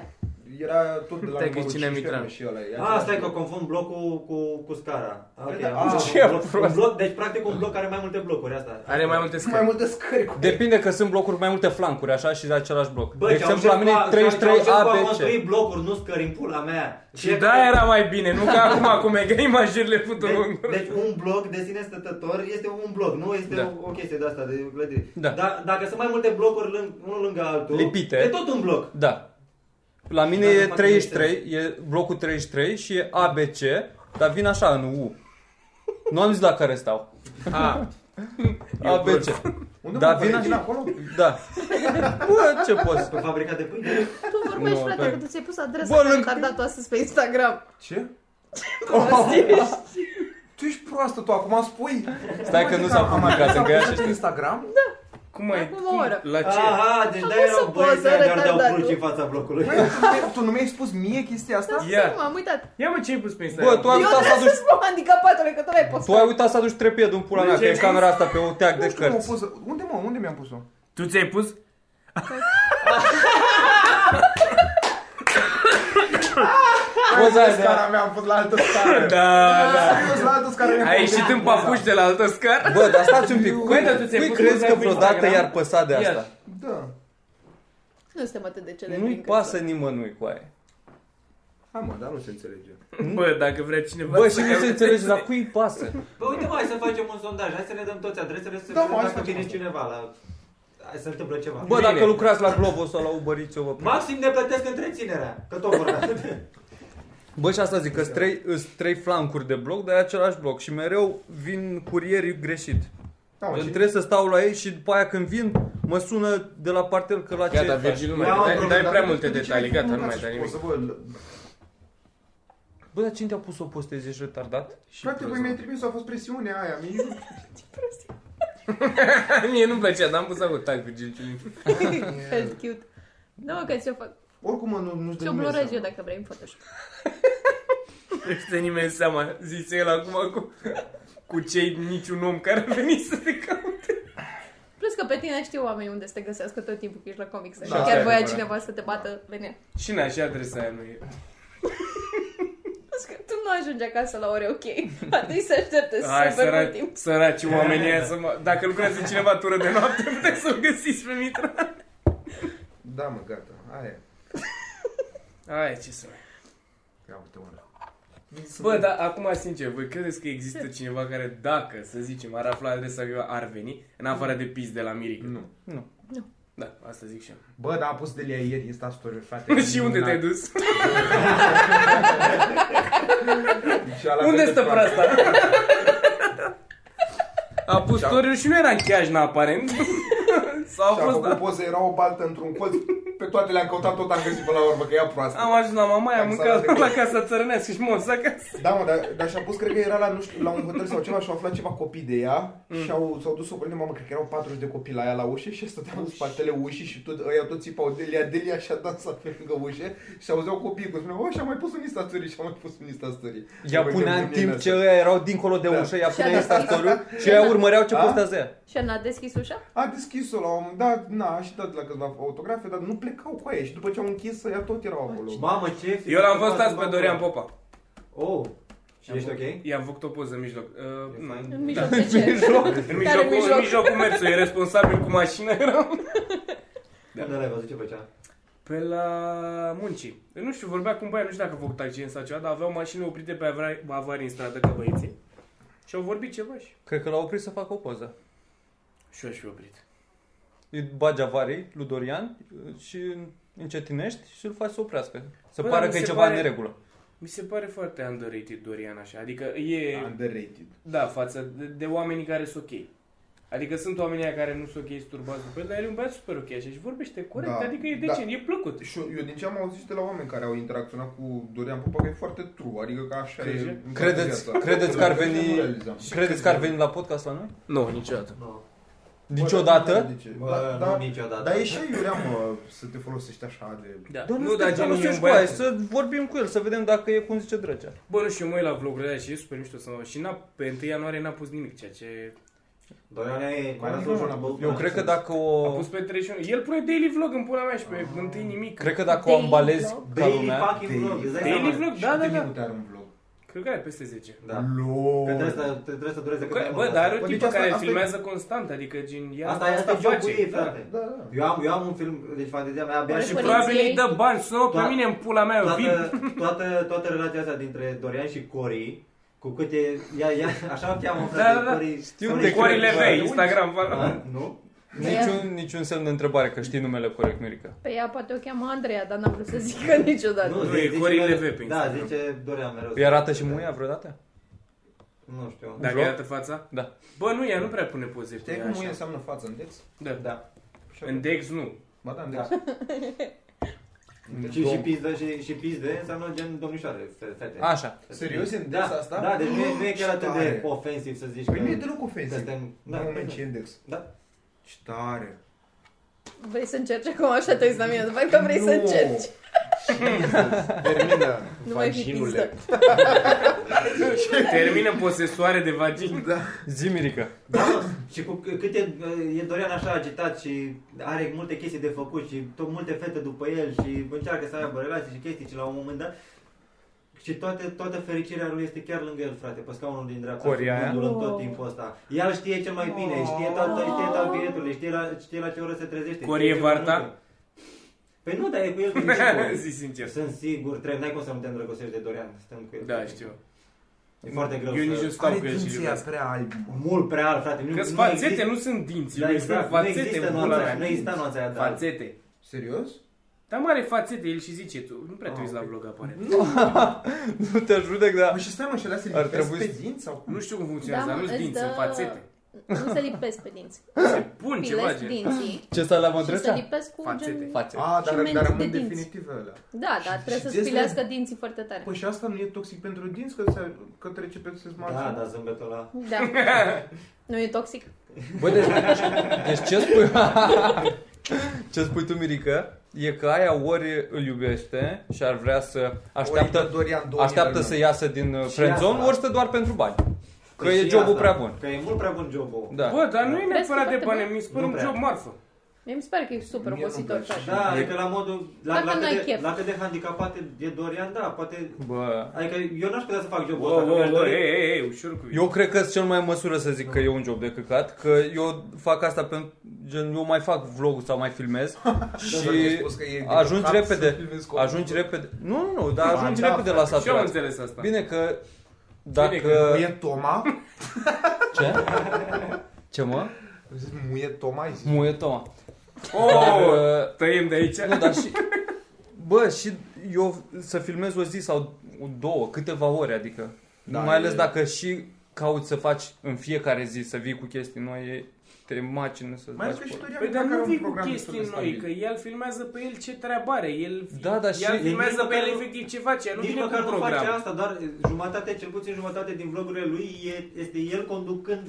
S4: era tot de la
S2: Te-ai
S4: numărul
S2: cine
S4: 15
S2: Mitran.
S4: și ăla. e
S1: A, stai
S4: același
S1: că
S4: lucru.
S1: confund blocul cu, cu scara. Ah, Ok,
S4: Da,
S1: am
S4: a,
S1: un
S5: ce
S1: bloc,
S5: prost.
S1: un bloc, deci practic un bloc are mai multe blocuri, asta.
S2: Are mai multe
S4: Mai
S2: scări.
S4: multe scări cu
S5: Depinde că sunt blocuri mai multe flancuri, așa, și de același bloc.
S1: Bă,
S5: de exemplu, la mine e 33
S1: A, B,
S5: ABC.
S1: construit blocuri, nu scări în pula mea.
S2: Și da, era mai bine, nu ca acum, acum e că imaginile putu
S1: Deci, deci un bloc de sine stătător este un bloc, nu este
S5: Da.
S1: o, o chestie de asta de clădire.
S5: Da.
S1: Dar dacă sunt mai multe blocuri lâng, unul lângă altul,
S5: Lipite.
S1: e tot un bloc.
S5: Da. La mine
S1: Da,
S5: e
S1: nu fac
S5: 33, e blocul 33 și e ABC, dar vin așa în U. Nu am zis la care stau.
S2: A,
S5: ABC.
S4: Unde
S5: Da,
S4: mă,
S5: vin
S4: Valentin,
S5: așa.
S4: acolo?
S5: Da. Bă, ce poți?
S1: Pe fabrica de pâine.
S3: Tu vorbești,
S5: Nu,
S3: frate,
S5: pe-
S3: că tu ți-ai pus
S5: Bă,
S3: adresa care
S5: lâng-
S3: te-a dat astăzi pe Instagram.
S4: Ce?
S3: Prostiești.
S4: Tu ești proastă, tu acum spui.
S5: Stai că nu s-a publicat încă,
S4: așa
S5: așa
S4: pe
S5: știi.
S4: Instagram?
S2: cum ai,
S3: Acum o
S2: cum,
S3: oră.
S2: la ce?
S1: Aha, deci
S3: Am
S1: da,
S3: pus o
S1: erau băieți
S3: poză,
S1: de doar dau
S3: retardatul.
S1: pulci în fața blocului.
S4: Băi, tu nu mi- tu nu mi-ai spus mie chestia asta?
S2: Ia, Păi
S3: Nu, m-am uitat.
S2: ia mă ce ai pus pe Instagram?
S5: Bă, tu ai
S3: Eu
S5: uitat să
S3: trebuie
S5: aduci
S3: să spun handicapatele, că tu l-ai
S5: tu
S2: Păi,
S5: ai
S3: postat.
S5: uitat să aduci trepedul în pula mea,
S2: De
S5: că
S2: ce?
S5: e camera asta pe o teac
S4: Nu
S5: de
S4: știu cum am
S5: cărți.
S4: pus Unde mă, unde mi-am pus-o?
S2: Tu ți-ai pus?
S5: Poza aia de
S4: Scara
S5: la...
S4: mea am fost la altă scară.
S2: Da, da.
S4: Serios, la altă scară mi-am
S2: Ai
S4: pus.
S2: ieșit în papuci de la altă scară?
S5: Bă, dar stați un pic.
S2: Băi, dar tu ți-ai
S5: Cui
S2: pus
S5: crezi
S2: poza
S5: că
S2: pe
S5: vreodată
S2: Instagram?
S5: i-ar păsa de
S2: Ia.
S5: asta?
S4: Da.
S3: Nu suntem atât de celebri
S5: Nu-i
S3: încât
S5: pasă
S3: să-
S5: nimănui cu aia.
S4: Hai mă, dar nu se înțelege.
S2: Bă, dacă vrea cineva
S5: Bă,
S2: să
S5: și nu se
S2: caute-
S5: înțelege, dar cui îi pasă?
S1: Bă, Păi uite, mă, hai să facem un sondaj. Hai să ne dăm toți adresele să
S4: Da, mă,
S1: vedem
S4: hai să
S1: dacă
S4: facem
S1: vine
S4: asta.
S1: cineva la... Hai să întâmplă ceva.
S5: Bă,
S2: Bine.
S5: dacă lucrați la Globo sau la Uber Eats, eu vă prind.
S1: Maxim ne plătesc întreținerea, că tot vorbeam.
S5: Bă, și asta zic, că sunt trei, îs trei flancuri de bloc, dar e același bloc și mereu vin curierii greșit.
S4: Da, mă,
S5: Gen,
S4: și-
S5: trebuie să stau la ei și după aia când vin, mă sună de la parter că la ce
S2: Gata,
S5: faci.
S2: Virgil, nu mai
S1: Eu am
S2: dai,
S1: un
S2: dai
S1: problem,
S2: prea
S4: Dar
S2: multe
S4: de ce
S2: detalii,
S4: mi-ai
S2: gata, nu mai
S4: făcut
S2: dai
S4: o
S2: nimic.
S4: poză, bă?
S5: Bă, dar cine te-a pus să o postezi? Ești retardat?
S4: Frate, voi mi-ai trimis, a fost presiunea aia. mi
S2: Mie nu-mi plăcea, dar am pus acolo, tac, Virgil, ciulim.
S3: Fel cute. Nu, că ți-o fac.
S4: Oricum, mă, nu, nu-și dă
S3: Ți-o
S4: nimeni
S3: blurez eu
S4: seama.
S3: dacă vrei în Photoshop.
S2: Nu știe nimeni seama, zice el acum cu, cu cei niciun om care a venit să te caute.
S3: Plus că pe tine știu oamenii unde să te găsească tot timpul că ești la comics. Da,
S4: Da,
S3: chiar
S2: e
S3: voia
S2: adevărat.
S3: cineva să te bată, venea.
S2: Și n și adresa aia nu e.
S3: Plus că tu nu ajungi acasă la ore ok. Atunci să aștepte
S2: Hai,
S3: super mult
S2: săraci,
S3: timp.
S2: săraci oamenii aia să mă... Dacă lucrează cineva tură de noapte, puteți să-l găsiți pe Mitra.
S4: Da, mă, gata. Aia. e.
S2: Hai, ce să mai...
S4: Ia uite, mă.
S2: Bă, dar acum, sincer, voi credeți că există cineva care, dacă, să zicem, ar afla adresa mea, ar veni, în afară de pis de la Mirica?
S4: Nu.
S2: Da, asta zic și eu.
S4: Bă, dar a pus de ea ieri Insta story, frate.
S2: și unde te-ai dus?
S4: Și ala
S2: Unde
S4: vede
S2: stă
S4: frate.
S2: proasta? A pus
S4: Și-a-
S2: toriul și nu era în chiajna, aparent. Sau a
S4: Și a
S2: fost...
S5: da.
S4: făcut poze, era o baltă într-un colț. Pe toate le-am căutat, tot am găsit până la urmă, că ea proastă.
S2: Am ajuns la mamaia, am
S4: Am
S2: mâncat
S4: salat de
S2: la
S4: copt.
S2: casa țărănească și mă acasă.
S4: Da, mă, dar, dar și-a pus, cred că era la, nu știu, la un hotel sau ceva și au aflat ceva copii de ea mm. și au, s-au dus o părinte, mamă, cred că erau 40 de copii la ea la ușă și stăteam în spatele ușii și tot, ăia toți țipau Delia, Delia și-a dansat pe lângă ușă și auzeau copiii cum spuneau, o, și-a mai pus un Insta story, și-a mai pus un Insta story.
S5: Ea
S4: Băi,
S5: punea în
S4: nebunii
S5: timp ce
S4: astea.
S5: ăia erau dincolo de
S4: Da.
S5: ușă, ea
S3: Și
S5: punea
S3: a
S5: Insta
S3: deschis.
S5: story și
S2: Da.
S5: ea urmăreau ce
S4: A?
S5: postează ea.
S3: Și n-a deschis ușa?
S4: A deschis-o la un moment dat, na, a și dat la câțiva autografe, dar nu plecau cu aia și după ce au închis, ea tot erau acolo.
S1: Mamă, ce ieftin.
S2: Eu l-am fost
S1: Să
S2: azi
S1: mă
S2: pe
S1: fac
S2: Dorian
S1: acolo.
S2: Popa.
S1: Oh, și ești ok?
S2: I-am făcut o poză în mijloc. Uh, na,
S1: Da.
S3: În mijloc de ce?
S2: În
S3: Care
S2: mijlocul,
S3: mijloc?
S2: în mijlocul mersul, e responsabil cu mașina era.
S1: Da. Nu l-ai văzut ce făcea.
S2: Pe la muncii. Nu știu, vorbea cu un băiat, nu știu dacă a făcut accident sau ceva, dar aveau mașini oprite pe avra- avarii în stradă ca băieții. Și au vorbit ceva și...
S5: Cred că l-a oprit să facă o poză.
S2: Și eu aș fi oprit.
S5: Îi bagi avarii lui Dorian și încetinești și îl faci să oprească. Se
S2: Bă,
S5: pare
S2: dar
S5: că
S2: mi
S5: e
S2: se
S5: ceva
S2: pare-
S5: în neregulă.
S2: Mi se pare foarte underrated Dorian așa. Adică e...
S4: Underrated.
S2: Da, față de, de oamenii care sunt ok. Adică sunt oamenii aia care nu sunt ok, sunt turbați după el, dar el e un băiat super ok așa și vorbește corect, da,
S4: Da,
S2: adică e
S4: da.
S2: decent, da. e plăcut.
S4: Și eu din ce am auzit și de la oameni care au interacționat cu Dorian Popa că e foarte true, adică că așa
S2: Crezi?
S4: e. în toată
S5: Credeți,
S4: viața.
S5: credeți că ar
S4: Nu
S5: veni,
S4: realizam.
S5: credeți că ar veni la podcast la noi?
S2: Nu, niciodată.
S1: Nu.
S5: Niciodată?
S4: De ce?
S1: Bă,
S4: Da, da,
S1: nu niciodată.
S4: dar e și aiurea, mă, să te folosești așa de...
S2: Da.
S5: Doamne,
S2: nu, dar
S5: Stefan,
S2: genul
S5: nu
S2: e un
S5: știu aia,
S2: băiat.
S5: să vorbim cu el, să vedem dacă e cum zice Drăgea.
S2: Bă, nu știu, mă uit la vlogurile alea și e super mișto să mă... Și n-a, pe 1 ianuarie n-a pus nimic, ceea ce...
S1: Dorian e mai ales
S4: Eu
S1: o jurnă băut.
S5: Eu
S1: da,
S5: cred că
S1: sens.
S5: dacă
S2: A
S5: o...
S2: pus pe 31... El pune daily vlog în pula mea și pe 1 nimic.
S5: Cred că dacă o
S3: Daily
S5: ambalezi
S3: vlog?
S5: ca
S1: Daily
S5: lumea...
S1: fucking vlog, îți dai
S2: Daily
S1: seama?
S2: vlog, da,
S4: Câte
S2: da, da.
S4: minute are un vlog?
S2: Cred că are peste 10.
S1: Da.
S4: Lol.
S1: Că trebuie să, trebuie să dureze cât mai
S2: Bă,
S1: mult.
S2: bă, dar are
S4: Păi
S2: un
S4: deci
S2: tip
S4: asta-
S2: care
S4: asta e-
S2: filmează constant, adică gen... ia,
S1: Asta, asta e jocul ei,
S2: da.
S1: frate.
S4: Da, da.
S1: Eu am, eu am un film, deci fantezia mea abia
S3: Bă,
S1: și
S3: părinții
S2: Probabil
S3: ei.
S2: îi dă bani, sună pe
S1: Da.
S2: mine în pula mea, eu vin.
S1: toată, toată, toată relația asta dintre Dorian și Cori, cu cât e, ea, ea, așa o cheamă,
S2: Da,
S1: frate,
S2: da, da.
S1: Cori,
S5: Știu
S1: Cori
S5: de
S1: și-
S2: Corile
S5: Bă,
S2: vei,
S5: de
S2: Instagram,
S1: Da,
S2: bă.
S1: nu?
S5: Niciun, niciun semn de întrebare, că știi numele corect, Mirica.
S3: Pe ea poate o cheamă Andreea, dar n-am vrut să zic că niciodată.
S2: Nu,
S1: zice-
S2: e
S1: zice
S2: Cori
S1: mereu-
S2: LV pe
S1: Da,
S2: Instagram.
S1: zice Dorian mereu.
S5: Îi arată și muia vreodată?
S1: Nu știu.
S2: Dacă
S5: vlog?
S2: arată fața?
S5: Da.
S2: Bă, nu, ea nu prea pune poze cu
S4: Știi
S2: ea
S4: cum e
S2: așa.
S4: înseamnă față în dex?
S2: Da.
S1: Da.
S2: În Dex nu.
S4: Ba da, în
S1: Da.
S4: dex.
S1: Deci Și, și pizdă, și, și pizde înseamnă gen domnișoare, fe- fete.
S5: Așa.
S4: Serios, e în
S1: da,
S4: dex asta?
S1: Da, deci nu e, nu e chiar
S4: Ce
S1: atât de
S4: tare.
S1: ofensiv să zici
S4: Păi
S1: că...
S4: nu e deloc
S1: că
S4: ofensiv.
S1: suntem-
S4: Da,
S1: Da,
S4: nu e index.
S1: da.
S4: Ce tare.
S3: Vrei să încerci acum așa te uiți la mine, după că vrei să
S4: Nu.
S3: încerci.
S4: Termină.
S3: Nu mai fi
S4: Vaginule.
S3: pistă.
S2: Termină posesoare de vagini.
S4: Da.
S5: Zi, Mirica.
S1: Da, mă, și cu c- cât e, e Dorian așa agitat și are multe chestii de făcut și tot multe fete după el și încearcă să aibă relații și chestii și la un moment dat și toate, toată fericirea lui este chiar lângă el, frate, pe scaunul din dreapta.
S5: Coria
S1: și
S5: aia?
S1: mândură în tot timpul ăsta. El știe cel mai bine, știe tot, știe tot biletul, știe la, știe la ce oră se trezește.
S2: Corie
S1: știe ce
S2: Varta?
S1: mănâncă. Păi nu, dar e cu el din sigur.
S2: Zi sincer.
S1: Sunt sigur, trebuie, n-ai cum să nu te îndrăgostești de Dorian, stăm cu el.
S2: Da, știu.
S1: E foarte greu
S2: Eu
S1: să...
S2: nici nu stau
S4: Are
S2: cu el și
S4: dinții aia
S2: iubesc.
S4: prea albi.
S1: Mult prea alt, frate. Nu,
S2: Că
S1: nu
S2: fațete,
S1: există-
S2: nu sunt dinți.
S1: Da,
S2: eu Sunt
S1: exact. Nu
S2: fațete,
S1: există
S2: în
S1: nuanța
S2: pula
S1: aia, nu
S2: mea.
S1: există nuanța aia, da.
S2: Fațete.
S4: Serios?
S2: Dar mare fațete, el și zice tu. Nu prea te
S1: Ah,
S2: uiți la vlog, apare.
S5: Nu te judec, dar...
S4: Mă, Păi și stai mă, și alea se
S5: Ar
S4: lipesc
S5: trebui
S4: pe
S5: să-
S4: dinți sau cum?
S2: Nu știu cum funcționează,
S3: Da,
S2: dar
S3: mă,
S2: nu-s
S3: îți
S2: dinți,
S3: dă-
S2: sunt fațete.
S3: Nu se lipesc pe dinți.
S2: Pun ceva
S3: Pilesc
S2: gen.
S3: dinții
S5: Ce stai la mă
S3: și se
S5: trecea?
S3: lipesc cu
S2: Fațete.
S3: gen...
S5: Face.
S4: A,
S2: Deci
S4: dar,
S3: Și menți
S4: dar
S3: de
S4: rămân
S3: dinți.
S4: definitive alea.
S3: Da,
S4: Și-
S3: dar
S4: și
S3: trebuie să-ți
S4: țesle-
S3: pilească dinții foarte tare.
S4: Păi și asta nu e toxic pentru dinți că, se, că trece pe sens
S1: Da,
S4: maxim?
S1: da, zâmbetul ăla.
S3: Da. Nu e toxic?
S5: Bă, deci, deci ce spui... ce spui tu, Mirica, e că aia ori îl iubește și ar vrea să
S4: Ori
S5: așteaptă,
S4: Dorian Donia,
S5: așteaptă
S4: nu.
S5: să iasă din uh,
S1: Și
S5: friendzone,
S1: asta.
S5: ori stă doar pentru bani. Că
S1: Păi
S5: e
S1: și
S5: jobul
S1: asta,
S5: prea bun.
S1: Că e mult prea bun jobul.
S5: Da.
S2: Bă, dar nu e
S3: Vezi
S2: neapărat
S3: că
S2: de
S3: foarte
S2: bani,
S3: bun?
S2: mi se pare
S1: Nu
S2: un
S1: prea.
S2: job marfă.
S3: Mie mi se pare că e
S4: Mie
S3: super
S4: nu-mi
S3: obositor.
S4: place.
S3: frate.
S1: Da, adică la modul, la,
S3: Poate
S1: la,
S3: n-ai
S1: cât de,
S3: chef.
S1: la cât de handicapat e Dorian, da, poate...
S5: Bă,
S1: Adică eu n-aș putea să fac jobul
S2: Bă,
S1: ăsta. că
S2: bă,
S1: mi-aș
S2: bă,
S1: dori-
S2: ei, ei, ei, ușor cu
S5: Eu cred că sunt cel mai în măsură să zic că e un job de căcat, că eu fac asta pentru, gen, eu mai fac vlog sau mai filmez și
S4: Ai spus că e de
S5: ajungi
S4: căcat să
S5: repede,
S4: filmezi cu-
S5: ajungi repede, nu, nu, nu, dar
S4: Ba,
S5: ajungi
S4: da,
S5: repede la
S2: Și eu am
S5: saturație.
S2: înțeles asta.
S5: Bine că,
S2: că
S5: dacă,
S4: Muie Toma?
S5: ce? Ce mă?
S4: Am zis, Muie Toma, ai zis.
S5: Muie Toma. Dar,
S2: Oh,
S5: uh,
S2: tăiem de
S1: Da.
S2: aici.
S5: Nu, dar și... Bă, și eu să filmez o zi sau două, câteva ore, adică. Da,
S4: Da,
S5: mai ales
S4: e-
S5: dacă și cauți să faci în fiecare zi, să vii cu chestii noi, e- te macină să
S4: Mai
S5: faci
S4: ales că și
S5: pula.
S4: Dorian
S2: Păi dar
S4: Donia
S2: nu
S4: are un
S2: vii cu
S4: program destul
S2: chestii
S4: de
S2: noi,
S4: stabil.
S2: că el filmează pe el ce treabă are, el,
S5: Da, dar și-
S2: el filmează
S1: Nici
S2: pe el
S1: măcar nu-
S2: efectiv ce face, el nu
S1: Nici
S2: vine cu
S1: măcar
S2: un
S1: nu face
S2: program.
S1: asta, doar jumătate, cel puțin jumătate din vlogurile lui e, este el conducând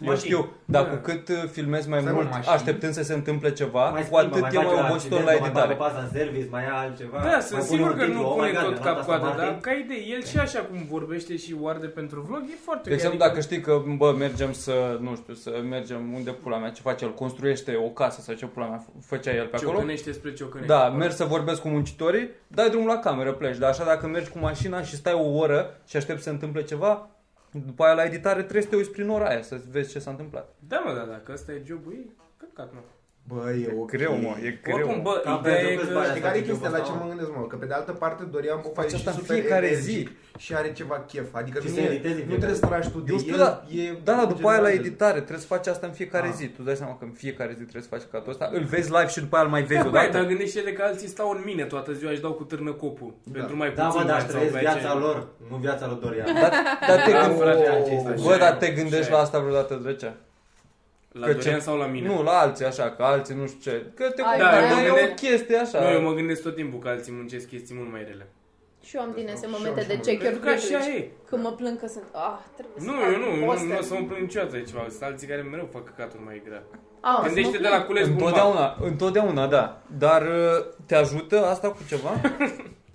S5: Eu
S1: mașini.
S5: știu, dar
S2: Da.
S5: cu cât uh, filmezi mai
S4: Stai, mă,
S5: mult
S4: mașini.
S5: așteptând să se întâmple ceva, cu
S1: schimbă,
S5: atât e
S1: face
S5: mai
S1: un
S5: obositor la
S1: accident, Mai bagă
S5: editare.
S1: paza în service, mai ia altceva.
S2: Da,
S1: mai
S2: sunt
S1: pune
S2: sigur
S1: un
S2: că
S1: titlu,
S2: nu
S1: oh my
S2: pune
S1: God,
S2: tot da.
S1: mi-a luat
S2: cap
S1: asta
S2: coadă,
S1: Martin.
S2: dar ca idee, el și așa cum vorbește și oarde pentru vlog, e foarte
S5: De exemplu, dacă știi că, bă, mergem să, nu știu, să mergem unde pula mea, ce face el, construiește o casă sau ce pula mea f- făcea el pe acolo,
S2: Ciocănește spre ciocănește.
S5: Da, mergi să vorbesc cu muncitorii, dai drumul la cameră, pleci. Dar așa dacă mergi cu mașina și stai o oră și aștepți să se întâmple ceva, după aia la editare trebuie să te uiți prin ora aia să vezi ce s-a întâmplat.
S2: Da, mă, da, dacă ăsta e jobul ei, căcat, mă.
S4: Bă, e ok.
S5: Greu, mă, e greu.
S2: Oricum,
S5: mă.
S1: Ca
S2: bă, ideea
S1: pentru
S2: e
S1: câți
S2: că...
S1: bani
S4: Știi care e chestia la ce
S1: Asta
S4: mă gândesc, mă? Că pe de altă parte doream o face
S5: Face
S4: și
S5: asta în
S4: super
S5: fiecare
S4: energic
S5: zi.
S4: și are ceva chef. Adică
S1: Și
S4: nu,
S1: se
S4: e-
S1: editezi în
S4: nu
S1: fiecare
S4: trebuie să
S1: zi.
S4: tragi tu de
S5: Eu știu,
S4: el,
S5: da.
S4: e
S5: Da, dar după aia la
S4: general.
S5: editare trebuie să faci asta în fiecare
S4: Ah.
S5: zi. Tu dai seama că în fiecare zi trebuie să faci catul ăsta. Îl vezi live și după aia îl mai vezi
S2: Da, băi,
S5: odată.
S2: dar gândește ele că alții stau în mine toată ziua și dau cu târnă copul.
S4: Da.
S2: Pentru mai puțin
S1: Da, bă, dar
S2: bani
S1: își
S2: sau
S1: trăiesc
S2: pe aceea.
S1: viața lor, nu viața lui Dorian.
S5: Dar, dar te,
S2: Da,
S5: gând-
S2: frate,
S1: acesta
S5: bă,
S2: și-
S5: dar te gândești
S2: și-
S5: la asta vreodată, Drăcea?
S2: La
S5: Că
S2: Dorian
S5: ce-
S2: sau la mine?
S5: Nu, la alții așa, că alții nu știu ce. Că te
S3: Ai,
S5: da,
S2: da, eu
S5: e
S2: gândesc-
S5: o chestie așa.
S2: Nu, eu mă gândesc tot timpul că alții muncesc chestii mult mai rele.
S3: Și eu am din astea
S4: Și eu
S3: momente
S4: așa
S3: de
S4: mă
S3: check your
S2: Pentru că așa
S3: privilege.
S2: e.
S3: Când mă plâng că sunt... Ah, trebuie să
S2: Păi, Nu,
S3: fac
S2: eu nu, nu,
S3: poster.
S2: nu o să mă plâng niciodată de ceva. Sunt alții care mereu fac căcatul mai grea.
S3: Ah, o să
S2: Gândește
S3: mă
S2: de la
S3: plâng.
S2: cules bumbac.
S5: întotdeauna, întotdeauna, da. Dar uh, te ajută asta cu ceva?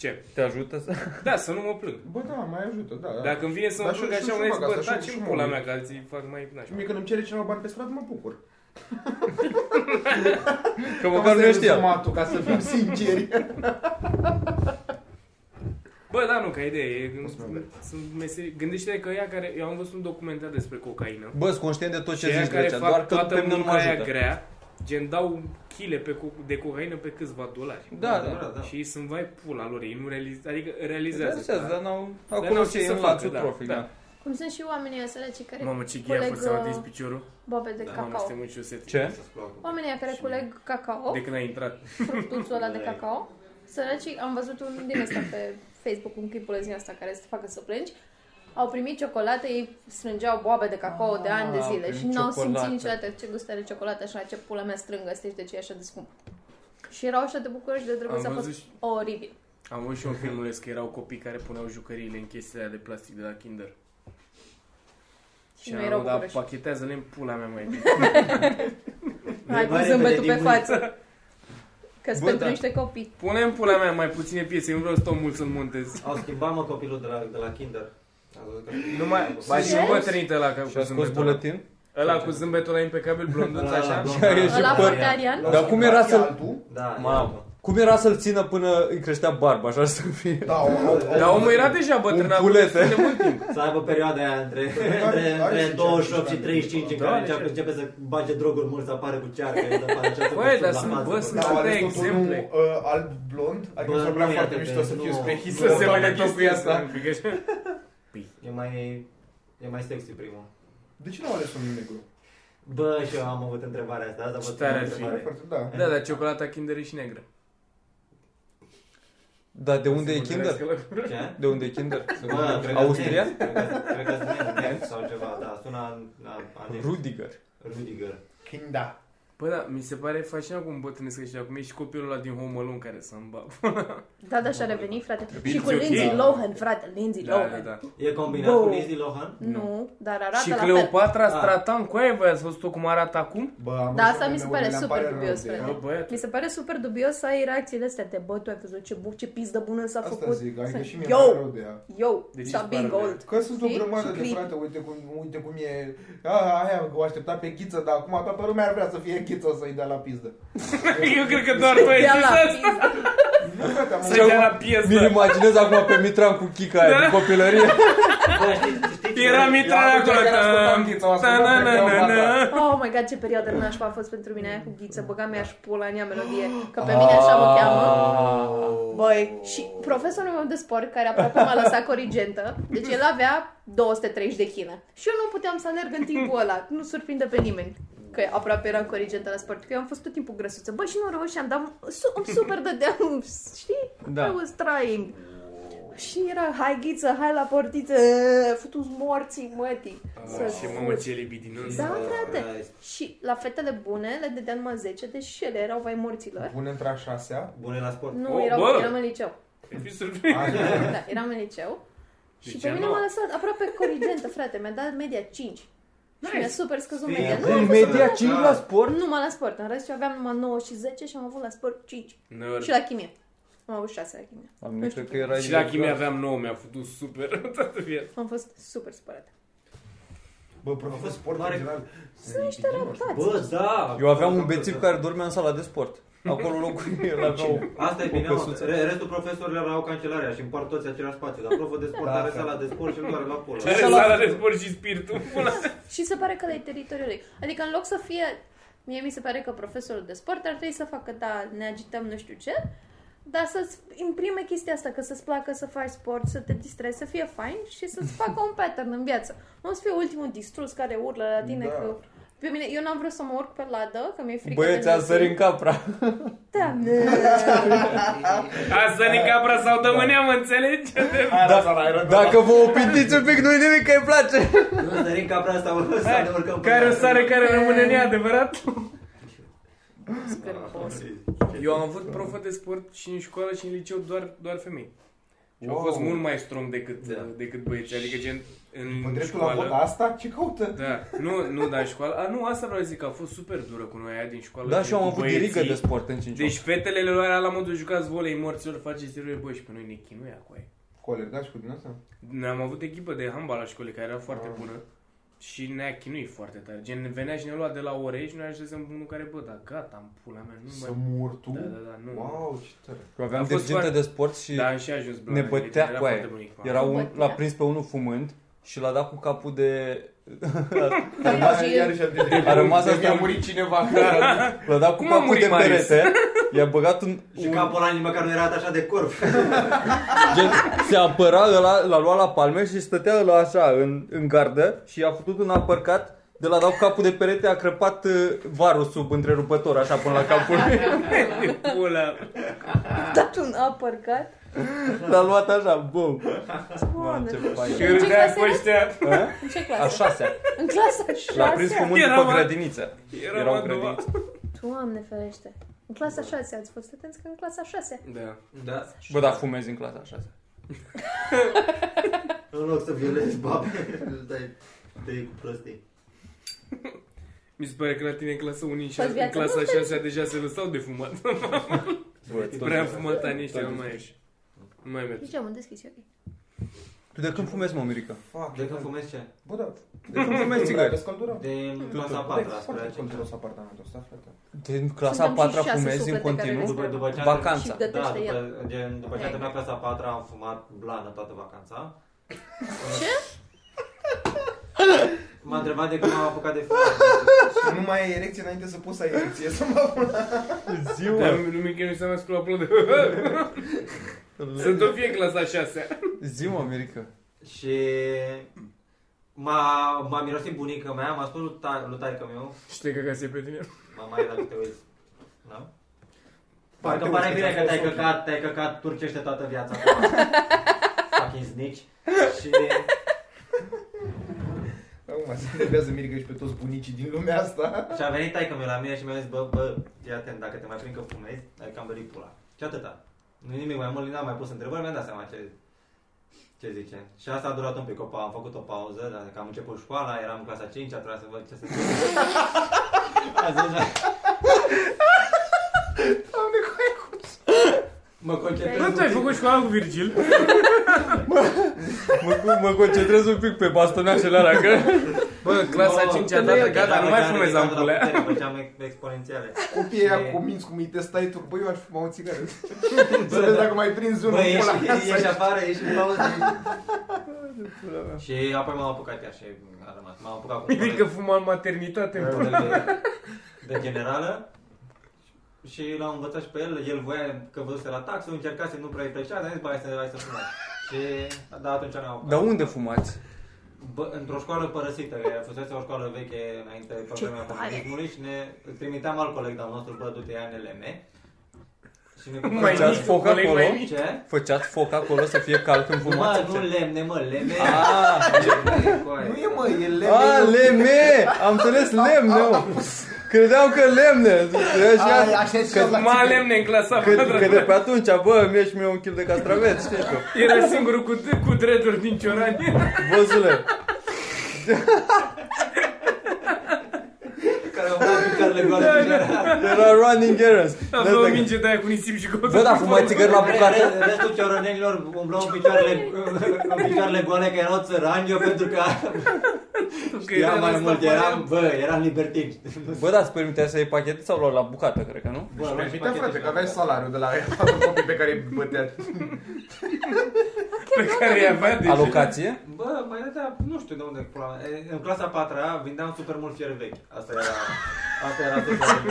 S2: Ce?
S5: Te ajută să...
S2: Da, să nu mă plâng.
S4: Bă, da, mai ajută, da. da.
S2: Dacă îmi vine să mă
S4: Dar și-
S2: plâng
S4: și-
S2: așa,
S4: și
S2: mă zic,
S4: fac asta,
S2: bă,
S4: și-
S2: taci
S4: și
S2: în
S4: mă
S2: pula
S4: uit.
S2: mea, că alții fac mai
S4: Și
S2: nașpa.
S4: mie când îmi cere cineva bani pe stradă, mă bucur.
S5: Că măcar nu știam.
S4: Matul, ca să fim sinceri.
S2: Bă, da, nu, ca idee. E,
S4: O să mă văd.
S2: sunt meserii. Gândește-te că ea care... Eu am văzut un documentar despre cocaină.
S5: Bă, sunt conștient de tot
S2: Și
S5: ce
S2: aia
S5: zici,
S2: care
S5: Drăcea,
S2: fac
S5: doar că
S2: toată
S5: pe mine nu mă
S2: munca aia
S5: ajută.
S2: grea, gen dau chile pe co- de cocaină pe câțiva dolari.
S5: Da, da.
S1: da.
S2: Și ei sunt vai pula lor, ei nu realizează, adică
S5: Realizează,
S2: realizează. Da.
S5: dar n-au...
S2: n-au
S5: Acolo
S2: ce
S5: ce e
S2: să
S5: în
S2: facă,
S5: lațul
S2: da,
S5: trofic,
S2: da.
S5: da.
S3: Cum sunt și oamenii ăsăia cei care
S2: Mamă, ce ghea a
S3: culeg
S2: fost, am atins
S3: uh,
S2: piciorul.
S3: bobe de
S2: Da, Mamă,
S3: cacao.
S2: suntem în ciuset.
S5: Ce?
S3: Oamenii ăia care culeg cacao,
S2: De când ai intrat.
S3: fructuțul ăla de cacao, săracii, am văzut un din ăsta pe Facebook, un clipul din asta care să te facă să plângi, au primit ciocolată, ei strângeau boabe de cacao de ani de
S5: Ah,
S3: zile
S5: prin
S3: și n-au simțit
S5: ciocolată.
S3: niciodată ce gust are ciocolată și la ce pula mea strângă este și de ce e așa de scump. Și erau așa de bucuroși de drăguț, a
S2: Am
S3: fost
S2: văzut, și,
S3: oribil.
S2: am văzut și eu în filmuleț că erau copii care puneau jucăriile în chestia aia de plastic de la Kinder.
S3: Și
S2: Și
S3: nu
S2: am
S3: erau
S2: rău, dar
S3: bucuroși.
S2: pachetează-le în pula mea mai
S3: Hai cu
S1: Mai
S3: zâmbetul
S1: repede
S3: pe
S1: din
S3: față. că
S5: Bă,
S3: pentru
S5: da.
S3: niște copii.
S2: Pune în pula mea mai puține piese, eu nu vreau să stau mult să-l montez.
S1: Au schimbat, mă, copilul de la, de la kinder. A văzut că-
S2: Nu mai, mai și
S3: Ce?
S2: un bătrânit ăla cu
S5: Și a scos
S2: zâmbetul ăla.
S5: buletin?
S2: Ăla cu zâmbetul ăla impecabil, blonduț,
S1: Ăla,
S2: așa.
S1: blond,
S5: Și are și
S3: Ăla
S5: păr.
S3: foarte arian.
S5: Dar cum era să-l-
S4: Altul?
S1: Da,
S5: Mamă.
S1: Mamă.
S5: Cum era să-l țină până îi creștea barba, așa să fie?
S4: Da, o, o, o,
S2: Dar omul era deja
S5: Un
S2: bătrân acum
S5: bulete.
S2: destul de mult timp.
S1: Să aibă perioada aia între,
S4: Are-
S1: între,
S4: are și
S1: între 28 și
S4: cearcă.
S1: 35 în
S2: Da,
S1: care
S2: are
S1: începe,
S2: cearcă.
S1: începe să bage droguri mult, să apară cu cearcă, să apară cearcă cu
S2: Băi,
S1: sub
S2: dar
S1: la
S2: sunt-
S1: față,
S2: bă,
S1: bă.
S2: sunt-
S4: Da,
S2: Atâtea
S4: ales tot unul
S2: exemple.
S4: uh, alb blond, adică
S1: Bă,
S4: mi s-a părea
S1: nu,
S4: foarte
S1: iată,
S4: mișto să
S1: nu.
S4: fiu spre his.
S1: Să
S2: Să se
S1: se
S2: mai
S1: vadă
S2: asta.
S1: E mai, e mai sexy primul.
S4: De ce n-au ales unul negru?
S1: Bă, și eu am avut întrebarea asta, asta vă
S2: Ce
S1: spun
S2: tare ar fi.
S4: Pare
S1: întrebare.
S4: foarte, da.
S2: Da, dar ciocolata Kinder e și neagră.
S5: Dar Da, de unde
S2: Se
S5: e Kinder?
S2: mândresc că-
S1: Ce?
S5: De unde e Kinder?
S1: Bă, cred că
S5: Austria?
S1: sunt nemți, Cred că- cred că sunt nemți sau ceva, da, sună la
S5: Rudiger.
S1: Rudiger.
S4: Kinda.
S2: Bă, da, mi se pare fascinant cum bătrânesc și acum e și copilul ăla din Home Alone care să îmbap.
S3: Da, da, și-a revenit, frate. Și cu
S2: ok.
S3: Lindsay Lohan, frate, Lindsay
S2: Da, da,
S3: Lohan.
S2: da.
S1: E combinat
S3: Bă.
S1: cu Lindsay Lohan?
S3: Nu, dar arată
S2: Și
S3: la fel.
S2: Cleopatra
S1: fel.
S2: Stratan, cu aia voi ați văzut-o cum arată acum?
S4: Bă, am
S3: Da,
S4: văzut
S3: asta mi se
S4: meme-urile,
S3: pare
S4: îmi
S3: super
S4: rău
S3: dubios,
S4: de-
S3: frate.
S2: Bă, băiat.
S3: Mi se pare super dubios să ai reacțiile astea de bă, tu ai văzut ce buc, ce pizdă bună s-a
S4: Asta
S3: făcut.
S4: zic, adică și mie
S3: Yo!
S4: mi-e rău de ea.
S3: Eu,
S2: Deci
S3: s-a
S2: îți pare
S3: big
S2: rău.
S3: gold.
S4: Că sunt o
S3: Știi?
S4: grămadă
S3: Și
S4: de
S3: clip.
S4: frate, uite cum, uite cum e, a, aia o aștepta pe chiță, dar acum toată lumea ar vrea să fie chiță să-i dea la pizdă.
S2: Eu cred că doar tu ai
S3: Ia
S2: zis
S3: la
S2: asta.
S3: pizza.
S4: Nu, frate, am
S2: Să dea la piesă.
S5: Mi-l imaginez acum pe Mitran cu chica
S2: Da.
S5: aia din copilărie.
S1: Bă, știți, știți,
S2: Era
S4: Eu
S2: mitrarea
S4: am văzut
S2: acolo.
S4: că era
S2: ta-
S4: ascultam Ghiță, o ascultam
S2: ta-
S4: pe
S2: na- na-
S4: Cleopatra.
S2: na- na.
S3: Oh my god, ce perioadă nașpa a fost pentru mine aia cu ghiță,
S2: Mm.
S3: băga mi-aș pula în ea melodie, că
S2: Ah.
S3: pe mine așa mă cheamă.
S5: Ah.
S3: Băi, și profesorul meu de sport, care aproape m-a lăsat corigentă, deci el avea 230 de kg. Și eu nu puteam să alerg în timpul ăla, nu surprinde pe nimeni că aproape eram corigentă la sport, că eu am fost tot timpul grăsuță. Bă, și nu reușeam, dar su- îmi super dădeam, știi? I
S5: Da.
S3: was trying. Și era, hai ghiță, hai la portiță, futu-ți morții, mătii. Să
S2: Ah, Și mamă ce libidinos.
S3: da, frate.
S1: Christ.
S3: Și la fetele bune le dădeam numai 10, deși și ele erau vai morților.
S4: Bun între a șasea.
S1: Bune la sport.
S3: Nu,
S2: Oh,
S3: erau,
S2: bă!
S3: eram în liceu.
S2: Ai fi surprins.
S3: Da, eram în liceu.
S2: De
S3: și
S2: ce
S3: pe mine
S2: nu?
S3: m-a lăsat aproape corigentă, frate. Mi-a dat media 5. Și mi-a super scăzut
S1: Bine.
S3: media. Nu,
S5: În
S1: În
S5: media
S1: media
S5: 5
S1: cinci
S5: la
S1: la
S5: sport?
S3: nu mă la sport. În rest, eu aveam numai 9 și 10 și am avut la sport 5.
S2: Nerd.
S3: Și la chimie. Am avut 6 la chimie.
S5: Am nu cred că era
S2: Și la chimie aveam 9, mi-a făcut super toată viața.
S3: Am fost super supărată.
S4: Bă, profesor
S1: fost
S4: sport în
S1: mare-
S4: general.
S3: Sunt niște raptați.
S1: Bă, da.
S5: Eu aveam un bețiv care dormea în sala de sport. Acolo locul el avea o...
S1: Asta e bine,
S5: o
S1: mă.
S5: căsuță.
S1: Re- restul profesorilor au cancelarea și împart toți același spațiu, dar proful de sport
S4: Da,
S1: are
S4: frate.
S1: sala de sport și îl doare la pulă.
S2: Are
S5: Sala-
S2: sala de sport și spiritul. Pula.
S3: Și se pare că le teritoriului. Adică în loc să fie
S6: Mie mi se pare că profesorul de sport ar trebui să facă, da, ne agităm nu știu ce, dar să-ți imprime chestia asta, că să-ți placă să faci sport, să te distrezi, să fie fain și să-ți facă un pattern în viață. Nu să fie ultimul distrus care urlă la tine
S4: Da.
S6: da. că... Pe mine, eu n-am vrut să mă urc pe ladă, că mi-e frică
S5: Băieți,
S6: de
S5: a sărit în capra.
S6: Da.
S2: Asta ni capra sau dăm în ea, mă înțelegi? Da,
S5: Da, Dacă vă opitiți un pic, nu-i nimic că îi place.
S1: Nu sărim capra asta, o să ne urcăm pe
S2: Care o
S1: ea.
S2: sare care rămâne în ea, adevărat?
S3: Scârbos.
S2: Eu am avut profă de sport și în școală și în liceu doar, doar femei. Și au fost mult mai strong decât,
S1: Da.
S2: decât băieții, adică gen
S4: Mă
S2: în
S4: dreptul la vot da?
S2: școală.
S4: asta? Ce caută?
S2: Da, nu, nu, dar în școală, a, nu, asta vreau să zic, că a fost super dură cu noi aia din școală.
S5: Da,
S2: gen,
S5: și eu am
S2: cu
S5: avut dirigă
S2: băieții.
S5: de sport în 5
S2: Deci fetele le luarea la modul jucați volei morților, faceți eroe, băi, și pe noi ne chinuia cu aia.
S4: Cu alergați da, cu din asta?
S2: Noi am avut echipă de handbal la școală care era
S4: Ah.
S2: foarte bună și ne-a chinuit foarte tare. Gen, ne venea și ne lua de la ore și noi așezăm unul care, bă, da, gata, am pula mea, nu
S4: Să
S2: mai...
S4: mor tu?
S2: Da, da, da, nu.
S4: Wow, ce tare.
S5: Aveam
S2: A fost
S5: diriginte
S2: foarte-
S5: de sport și
S2: Da, am și ajuns
S5: ne
S2: blană,
S5: bătea
S2: era
S5: cu aia.
S2: foarte bun echipa.
S5: Era un,
S6: Bătea.
S5: l-a prins pe unul fumând și l-a dat cu capul de...
S2: Da,
S4: Iarăși am
S5: A rămas
S4: mi-a
S5: asta,
S4: murit cineva.
S5: l-a dat cu
S2: Cum a
S5: capul
S2: murit
S5: de
S2: Marius?
S5: perete, i-a băgat un,
S1: Și
S5: un-
S1: capul ăla nici măcar nu era atașat de corp.
S5: Gen, se apăra ăla, l-a luat la palme și stătea la așa, în, în gardă și a făcut un apărcat de la dau capul de perete, a crăpat uh, varul sub întrerupător, așa până la capul lui.
S2: De pula.
S3: Dat un uppercut.
S5: L-a luat așa, bum. Mamă,
S3: Doamne,
S5: Da, ce fain.
S2: Și
S6: În ce
S2: râdea
S6: clasă
S2: cu
S6: era?
S2: ăștia.
S5: A?
S3: În ce
S5: A
S3: clasă?
S5: șasea.
S3: În clasa
S5: L-a prins
S3: 6
S5: fumând
S2: Era,
S5: după
S2: mă.
S5: grădiniță.
S2: Era,
S5: Era o
S2: mă,
S5: grădiniță.
S6: Doamne ferește. În clasa 6 ați fost atenți că în clasa 6
S2: Da.
S1: Da.
S5: Bă, dar fumezi în clasa a șasea.
S1: În loc să violezi babe, îl dai te iei cu prostii.
S2: Mi se pare că la tine în clasa 1 și
S6: Păi
S2: în
S6: viața
S2: clasa
S6: nu
S2: 6 deja se lăsau de fumat.
S5: Bă,
S2: Prea
S5: tot.
S2: fumat ani ăștia, nu mai ieși. Nu mai merge.
S6: Nici eu am deschis, e ok.
S5: Tu de când fumezi, mă, Mirica?
S4: Fuck.
S1: De când fumezi ce?
S4: Bă, da.
S5: De când fumezi țigări?
S4: Aveți căldură?
S1: De clasa a patra,
S4: Deci, Foarte
S1: spre
S4: călduros apartamentul ăsta, frate.
S5: Din clasa a patra fumezi în continuu?
S1: După, după ce am
S5: Vacanța.
S6: Și
S1: Da,
S6: gătește el.
S1: după, gen, după ce am terminat clasa a patra, am fumat blană toată vacanța.
S3: Ce?
S1: M-a întrebat de cum am apucat de fumat.
S4: Și nu mai ai erecție înainte să poți să ai erecție să mă pun la...
S2: Dar
S5: Ziua,
S2: Da, nu nu mi-e să mă scrie aplaudă. Sunt o fie clasa 6
S5: ziua, Mirica.
S1: Și m-a, m-a mirosit bunica mea, m-a spus lui, ta, lui taică meu,
S2: Știi că case pe tine?
S1: mama e dacă te uiți. Da?
S4: Foarte
S1: Parcă pare
S4: ușor,
S1: bine
S4: ți-a
S1: că te-ai
S4: fost ochii.
S1: căcat, te-ai căcat turcește toată viața. Fucking snitch. Și
S4: Acum se enervează Mirica și pe toți bunicii din lumea asta.
S1: Și a venit taică meu la mine și mi-a zis, bă, bă, fii atent, dacă te mai prind că fumezi, ai cam bălit pula. Și atâta. Nu nimic mai mult, n-am mai pus întrebări, mi-am dat seama ce, ce zice. Și asta a durat un pic, o pa- am făcut o pauză, dar că am început școala, eram în clasa 5, a trebuit să văd ce se întâmplă. A zis, da. Mă
S2: Nu,
S1: concentrez.
S2: tu ai făcut școala cu Virgil?
S5: Mă, mă concentrez un pic pe bastonașele alea, că...
S2: Bă, clasa 5 a dat, gata, nu mai
S1: da,
S2: fumez ampulea.
S1: Făceam exponențiale.
S4: Copiii ăia
S1: E-
S4: cu minți cum îi testai tu, băi, eu aș fuma o țigară. Să vezi dacă mai prinzi unul
S1: Bă,
S4: pe
S1: ieși,
S4: la
S1: ieși
S4: casa.
S1: afară, ieși în pauză. și apoi m-am apucat chiar și a rămas. M-am apucat cu
S2: Mirica Adică fuma în maternitate.
S1: un model de, de generală. Și l-am învățat și pe el, el voia că văzuse la taxă, încercase, nu prea îi plăcea, dar a zis, bai să, hai să fumăm. Și, da, atunci ne-am apucat.
S5: Dar unde fumați?
S1: Bă, într-o școală părăsită, că fusese o școală veche înainte pe vremea comunismului și ne trimiteam alt coleg de-al nostru, bă, du-te ia în LM. Și ne
S2: Mai
S1: cumpăram-
S5: Făceați
S2: mic,
S5: foc
S2: coleg,
S5: acolo?
S2: mai mic.
S1: Ce?
S5: Făceați foc acolo să fie cald când fumați?
S1: Mă, nu lemne, mă, lemne.
S5: Ah,
S4: Nu e mă, e lemn.
S5: a, lemne! Ah, Am înțeles lemne, mă. Credeam că lemne.
S4: Ai,
S5: Așa,
S4: așa e și
S5: că-
S4: eu la
S2: Fuma
S4: țigări.
S2: lemne în clasa
S5: că,
S2: 4
S5: că de pe atunci, bă, mi-e și mie un kil de castraveți, știi tu.
S2: Era singurul cu, cu dreaduri din Ciorani.
S5: Văzule,
S1: care au dat picările goale
S4: Da,
S1: în general.
S5: era running errands.
S1: Da,
S2: Avea o minge de aia cu nisip și cu
S5: Bă, dar fumați țigări la bucată?
S1: Re- Restul ciorănenilor umblau în picioarele, în picioarele goale că erau țărani, eu pentru că știam mai mult, eram, bă, eram libertin.
S5: Bă, dar îți permitea să iei pachete sau luat la bucată, cred că nu?
S1: Bă, luam și
S4: Uite, frate,
S1: pachete.
S4: că aveai salariul de la copii pe care îi bătea.
S2: Pe care i avea deci- de
S5: Alocație?
S1: Bă, mai dădea, nu știu de unde, pula mea. E, În clasa a patra vindeam super mult fier vechi. Asta era, Asta era tot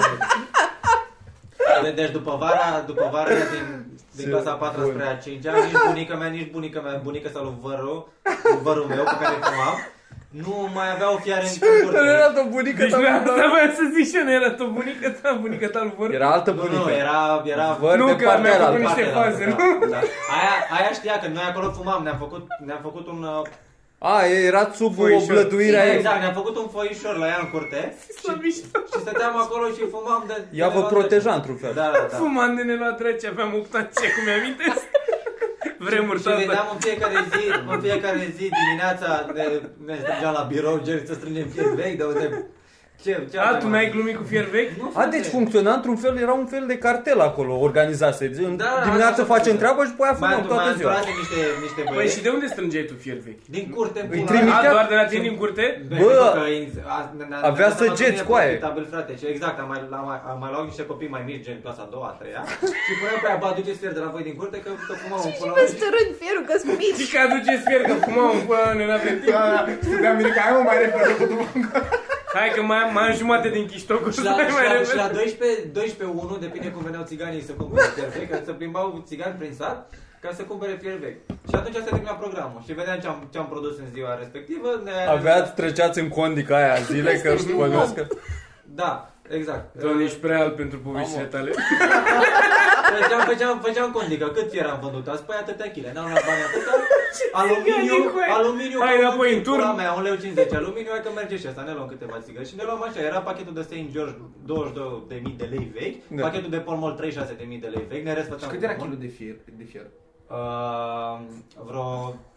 S1: de, deci după vara, după vara aia din, din clasa a patra spre a cincea, nici bunica mea, nici bunica mea, bunica sau lui Văru, lui Vărul meu, pe care îl fumam, nu mai avea o fiare în curte.
S5: Nu era da, o bunică
S2: Deci nu
S5: ta.
S2: asta voiam să zic și eu, nu era tot bunica ta, bunica ta lui Vărul.
S5: Era altă
S1: Nu, nu,
S5: bunică.
S1: era, era
S5: Văr
S2: Nu,
S5: de
S2: că
S5: partea
S2: mi-a făcut
S5: aia.
S2: niște
S1: partea
S2: faze,
S1: aia,
S2: nu?
S1: da. Aia, aia știa că noi acolo fumam, ne-am făcut, ne-am făcut un... uh,
S5: A, era sub
S2: Voi și-
S5: o blăduire aia.
S1: Exact, ne-am făcut un foișor la ea în curte și,
S2: Slăbiște.
S1: și stăteam acolo și fumam de...
S5: Ea
S1: de
S5: vă
S1: la-
S5: proteja într-un fel.
S1: Da, da, da.
S2: Fumam de neluat rece, aveam 8 ani, ce cum mi-amintesc? Vremuri
S1: Și vedeam
S2: toate.
S1: în fiecare zi, în fiecare zi dimineața ne, ne strângeam la birou, gen să strângem fier vechi, de unde... Ce, ce
S2: A,
S1: avem
S2: tu mi-ai
S1: aici?
S2: glumit cu fier vechi?
S1: Nu,
S5: A,
S1: frate.
S5: deci funcționa într-un fel, era un fel de cartel acolo, organizase. În
S1: Da, da, da,
S5: dimineață
S1: da,
S5: facem
S1: da.
S5: treabă și după aia
S1: Mai
S5: fumăm
S1: mai
S5: toată ziua.
S1: înturase niște, niște
S2: Păi și
S1: băieți
S2: de unde strângeai tu fier vechi?
S1: din curte în
S5: Îi
S1: pula
S5: trimitea-
S2: A, doar de la tine din curte?
S1: Bă,
S5: Bă,
S1: că e- a- ne- ne-
S5: avea
S1: ne-am dat seama
S5: săgeți
S1: că nu e
S5: cu aia.
S1: profitabil, frate. Și exact, am mai, am, mai- am mai luat niște copii mai mici, gen clasa a doua, a treia. Și puneam pe aia, bă, aduceți fier de la voi din curte, că, că fumam un până la
S3: Vezi tărând fierul că-s
S2: Și
S3: mici.
S2: că aduceți fier, că fumam un până ne pe timp.
S4: Da, da, stăteam bine că hai mă mai repede cu tu.
S2: Hai că mai am, mai am jumate din chiștocul
S1: Și
S2: să
S1: la,
S2: mai
S1: și la,
S2: mai
S1: și la
S2: repede.
S1: 12, 12 1, depinde cum veneau țiganii să cumpere fier vechi, că se plimbau țigani prin sat ca să cumpere fier vechi. Și atunci se termina programul și vedeam ce am, ce am produs în ziua respectivă. Ne,
S5: Aveați, treceați în condica aia zile, că
S3: Ești un
S5: bănuiesc
S3: om.
S5: că...
S1: Da, exact.
S2: Doamne, ești prea alb pentru poveștile
S5: Mamă.
S2: tale.
S1: Făceam, făceam, făceam condică. Cât fier am vândut? Azi, păi atâtea chile. N-am luat bani atâta.
S2: țiganii
S1: Aluminiu,
S2: cu aia?
S1: aluminiu.
S2: Hai
S1: că
S2: înapoi
S1: pula
S2: în turn.
S1: mea, 1,50 lei. Aluminiu, hai că merge și asta. Ne luăm câteva țigări. Și ne luam așa. Era pachetul de St. George 22.000 de lei vechi.
S5: Da.
S1: Pachetul de Polmol 36.000 de lei vechi. Ne
S4: Și
S1: resfățam.
S4: cât
S1: cu
S4: era
S1: Pall Mall.
S4: kilul de fier? De fier?
S1: Uh, vreo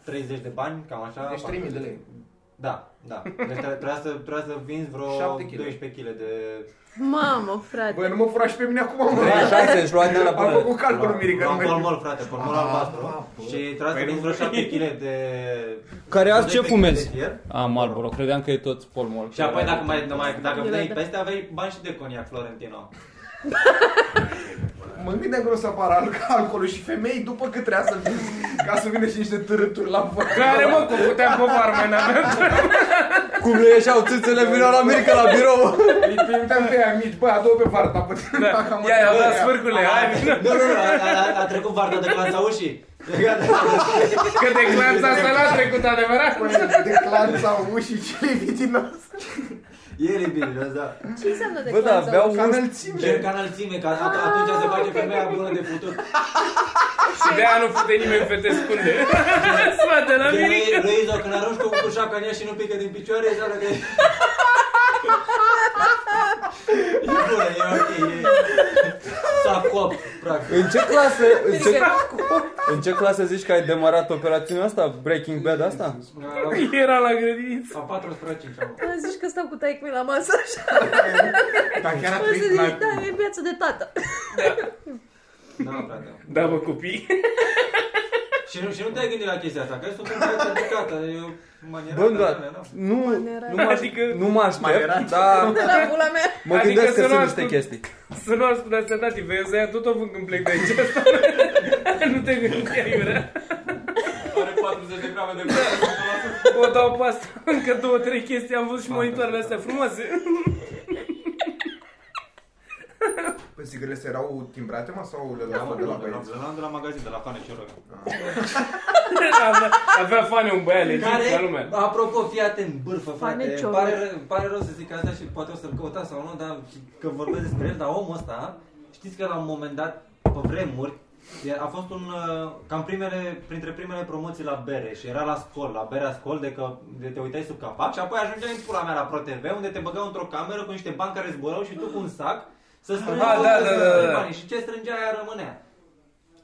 S1: 30 de bani, cam așa.
S4: Deci 3000 de lei.
S1: Da, da. Deci tre- trebuia să, trebuia să vinzi vreo
S4: 7 kg.
S1: 12 kg de...
S3: Mamă, frate.
S4: Băi, nu mă fura și pe mine acum, mă.
S5: 36 își luat de la
S4: Am
S5: până.
S4: făcut calculul, Mirica, nu
S1: Luam
S4: merge.
S1: Polmol, frate, Polmol albastru. Și trebuia să
S2: Păi
S1: vinzi
S2: nu.
S1: vreo 7 kg de...
S5: Care azi ce
S1: 12 kg de
S5: fumezi?
S1: fier.
S5: A, Marlboro, credeam că e tot polmol.
S1: Și apoi dacă mai, mai dacă
S3: Era
S1: vrei
S3: de-
S1: peste, aveai bani și de coniac Florentino.
S4: Mă gândeam că o să apară alco- alcoolul și femei după cât trebuia să vină, ca să vină și niște târâturi la văd.
S2: Care mă, că puteam pe bar, mai n-aveam.
S5: Cum le ieșeau țâțele, vineau la America la birou.
S4: Îi puteam pe aia mici, bă, adu-o pe varta, pe tine, dacă am
S2: Ia, ia,
S4: întâlnit
S2: da,
S4: aia.
S2: sfârcule, hai, vină.
S1: Nu, nu, nu, a, a, a trecut varda de clanța ușii. Gata.
S2: Că de clanța asta l-a trecut adevărat.
S4: Păi, de clanța ușii și levitina.
S1: E bine, da.
S3: Ce înseamnă de
S5: Bă, da,
S3: clanța?
S5: aveau
S4: Ca
S5: un...
S1: Gen
S4: înălțime.
S1: ca înălțime, că at- atunci se face femeia bună de putut.
S2: Și de aia nu fute nimeni fete scunde. Sfate la
S1: Gen,
S2: mine.
S1: lui- Luizo, când arunci cu cușaca în ea și nu pică din picioare, înseamnă că... E bună, e ok, e... S-a cop, practic.
S5: În ce clasă, în ce, în ce clasă zici că ai demarat operațiunea asta? Breaking Bad asta?
S2: Era la grădiniță.
S1: A 45 am.
S3: Mă zici că stau cu taic la masă așa.
S4: Dar chiar a
S3: Mă
S4: trăit
S3: zici,
S4: la...
S3: da, e viață de tată.
S1: Da, frate.
S2: Da, bă, copii.
S1: Și nu, și nu te-ai gândit la chestia asta, că sunt un pic educată, e o manieră.
S5: Bă,
S1: de
S5: da,
S1: alea, da.
S5: nu, nu mă,
S2: Adică-
S5: aș- nu mă
S4: Manera.
S5: aștept, dar
S3: De la pula mea.
S5: mă
S2: Adică
S5: gândesc
S2: să nu
S5: că sunt
S2: ascult-
S5: niște chestii.
S2: Să nu da, ascult astea, tati, vezi aia tot o vând când plec de aici. nu te gândi, iurea.
S1: Are 40 de grame de
S2: O dau pe asta, încă două, trei chestii, am văzut și monitoarele astea frumoase.
S4: Păi, sigările astea erau timbrate, mă, sau le
S1: Da, mă,
S4: luam
S1: de
S4: de la
S1: la, de la,
S4: băieți?
S1: de la, de la magazin, de la Fane și Roga.
S2: Avea, avea fane un băiat legit, ca
S1: Care,
S2: Deci,
S1: Da.
S2: lumea.
S1: apropo, fii atent, bârfă,
S3: Fane
S1: frate,
S3: Ciorga.
S1: pare, ră- pare rău să zic asta și poate o să-l căutați sau nu, dar că vorbesc despre el, dar omul ăsta, știți că la un moment dat, pe vremuri, e- a fost un, uh, cam primele, printre primele promoții la bere și era la scol, la berea scol, de că de te uitai sub capac și apoi ajungeai în pula mea la ProTV, unde te băgau într-o cameră cu niște bani care zburau și tu cu un sac să strângi
S2: Ah,
S1: tot
S2: da,
S1: ce
S2: da,
S1: să
S2: da,
S1: strângi
S2: da.
S1: banii. și ce strângea aia rămânea.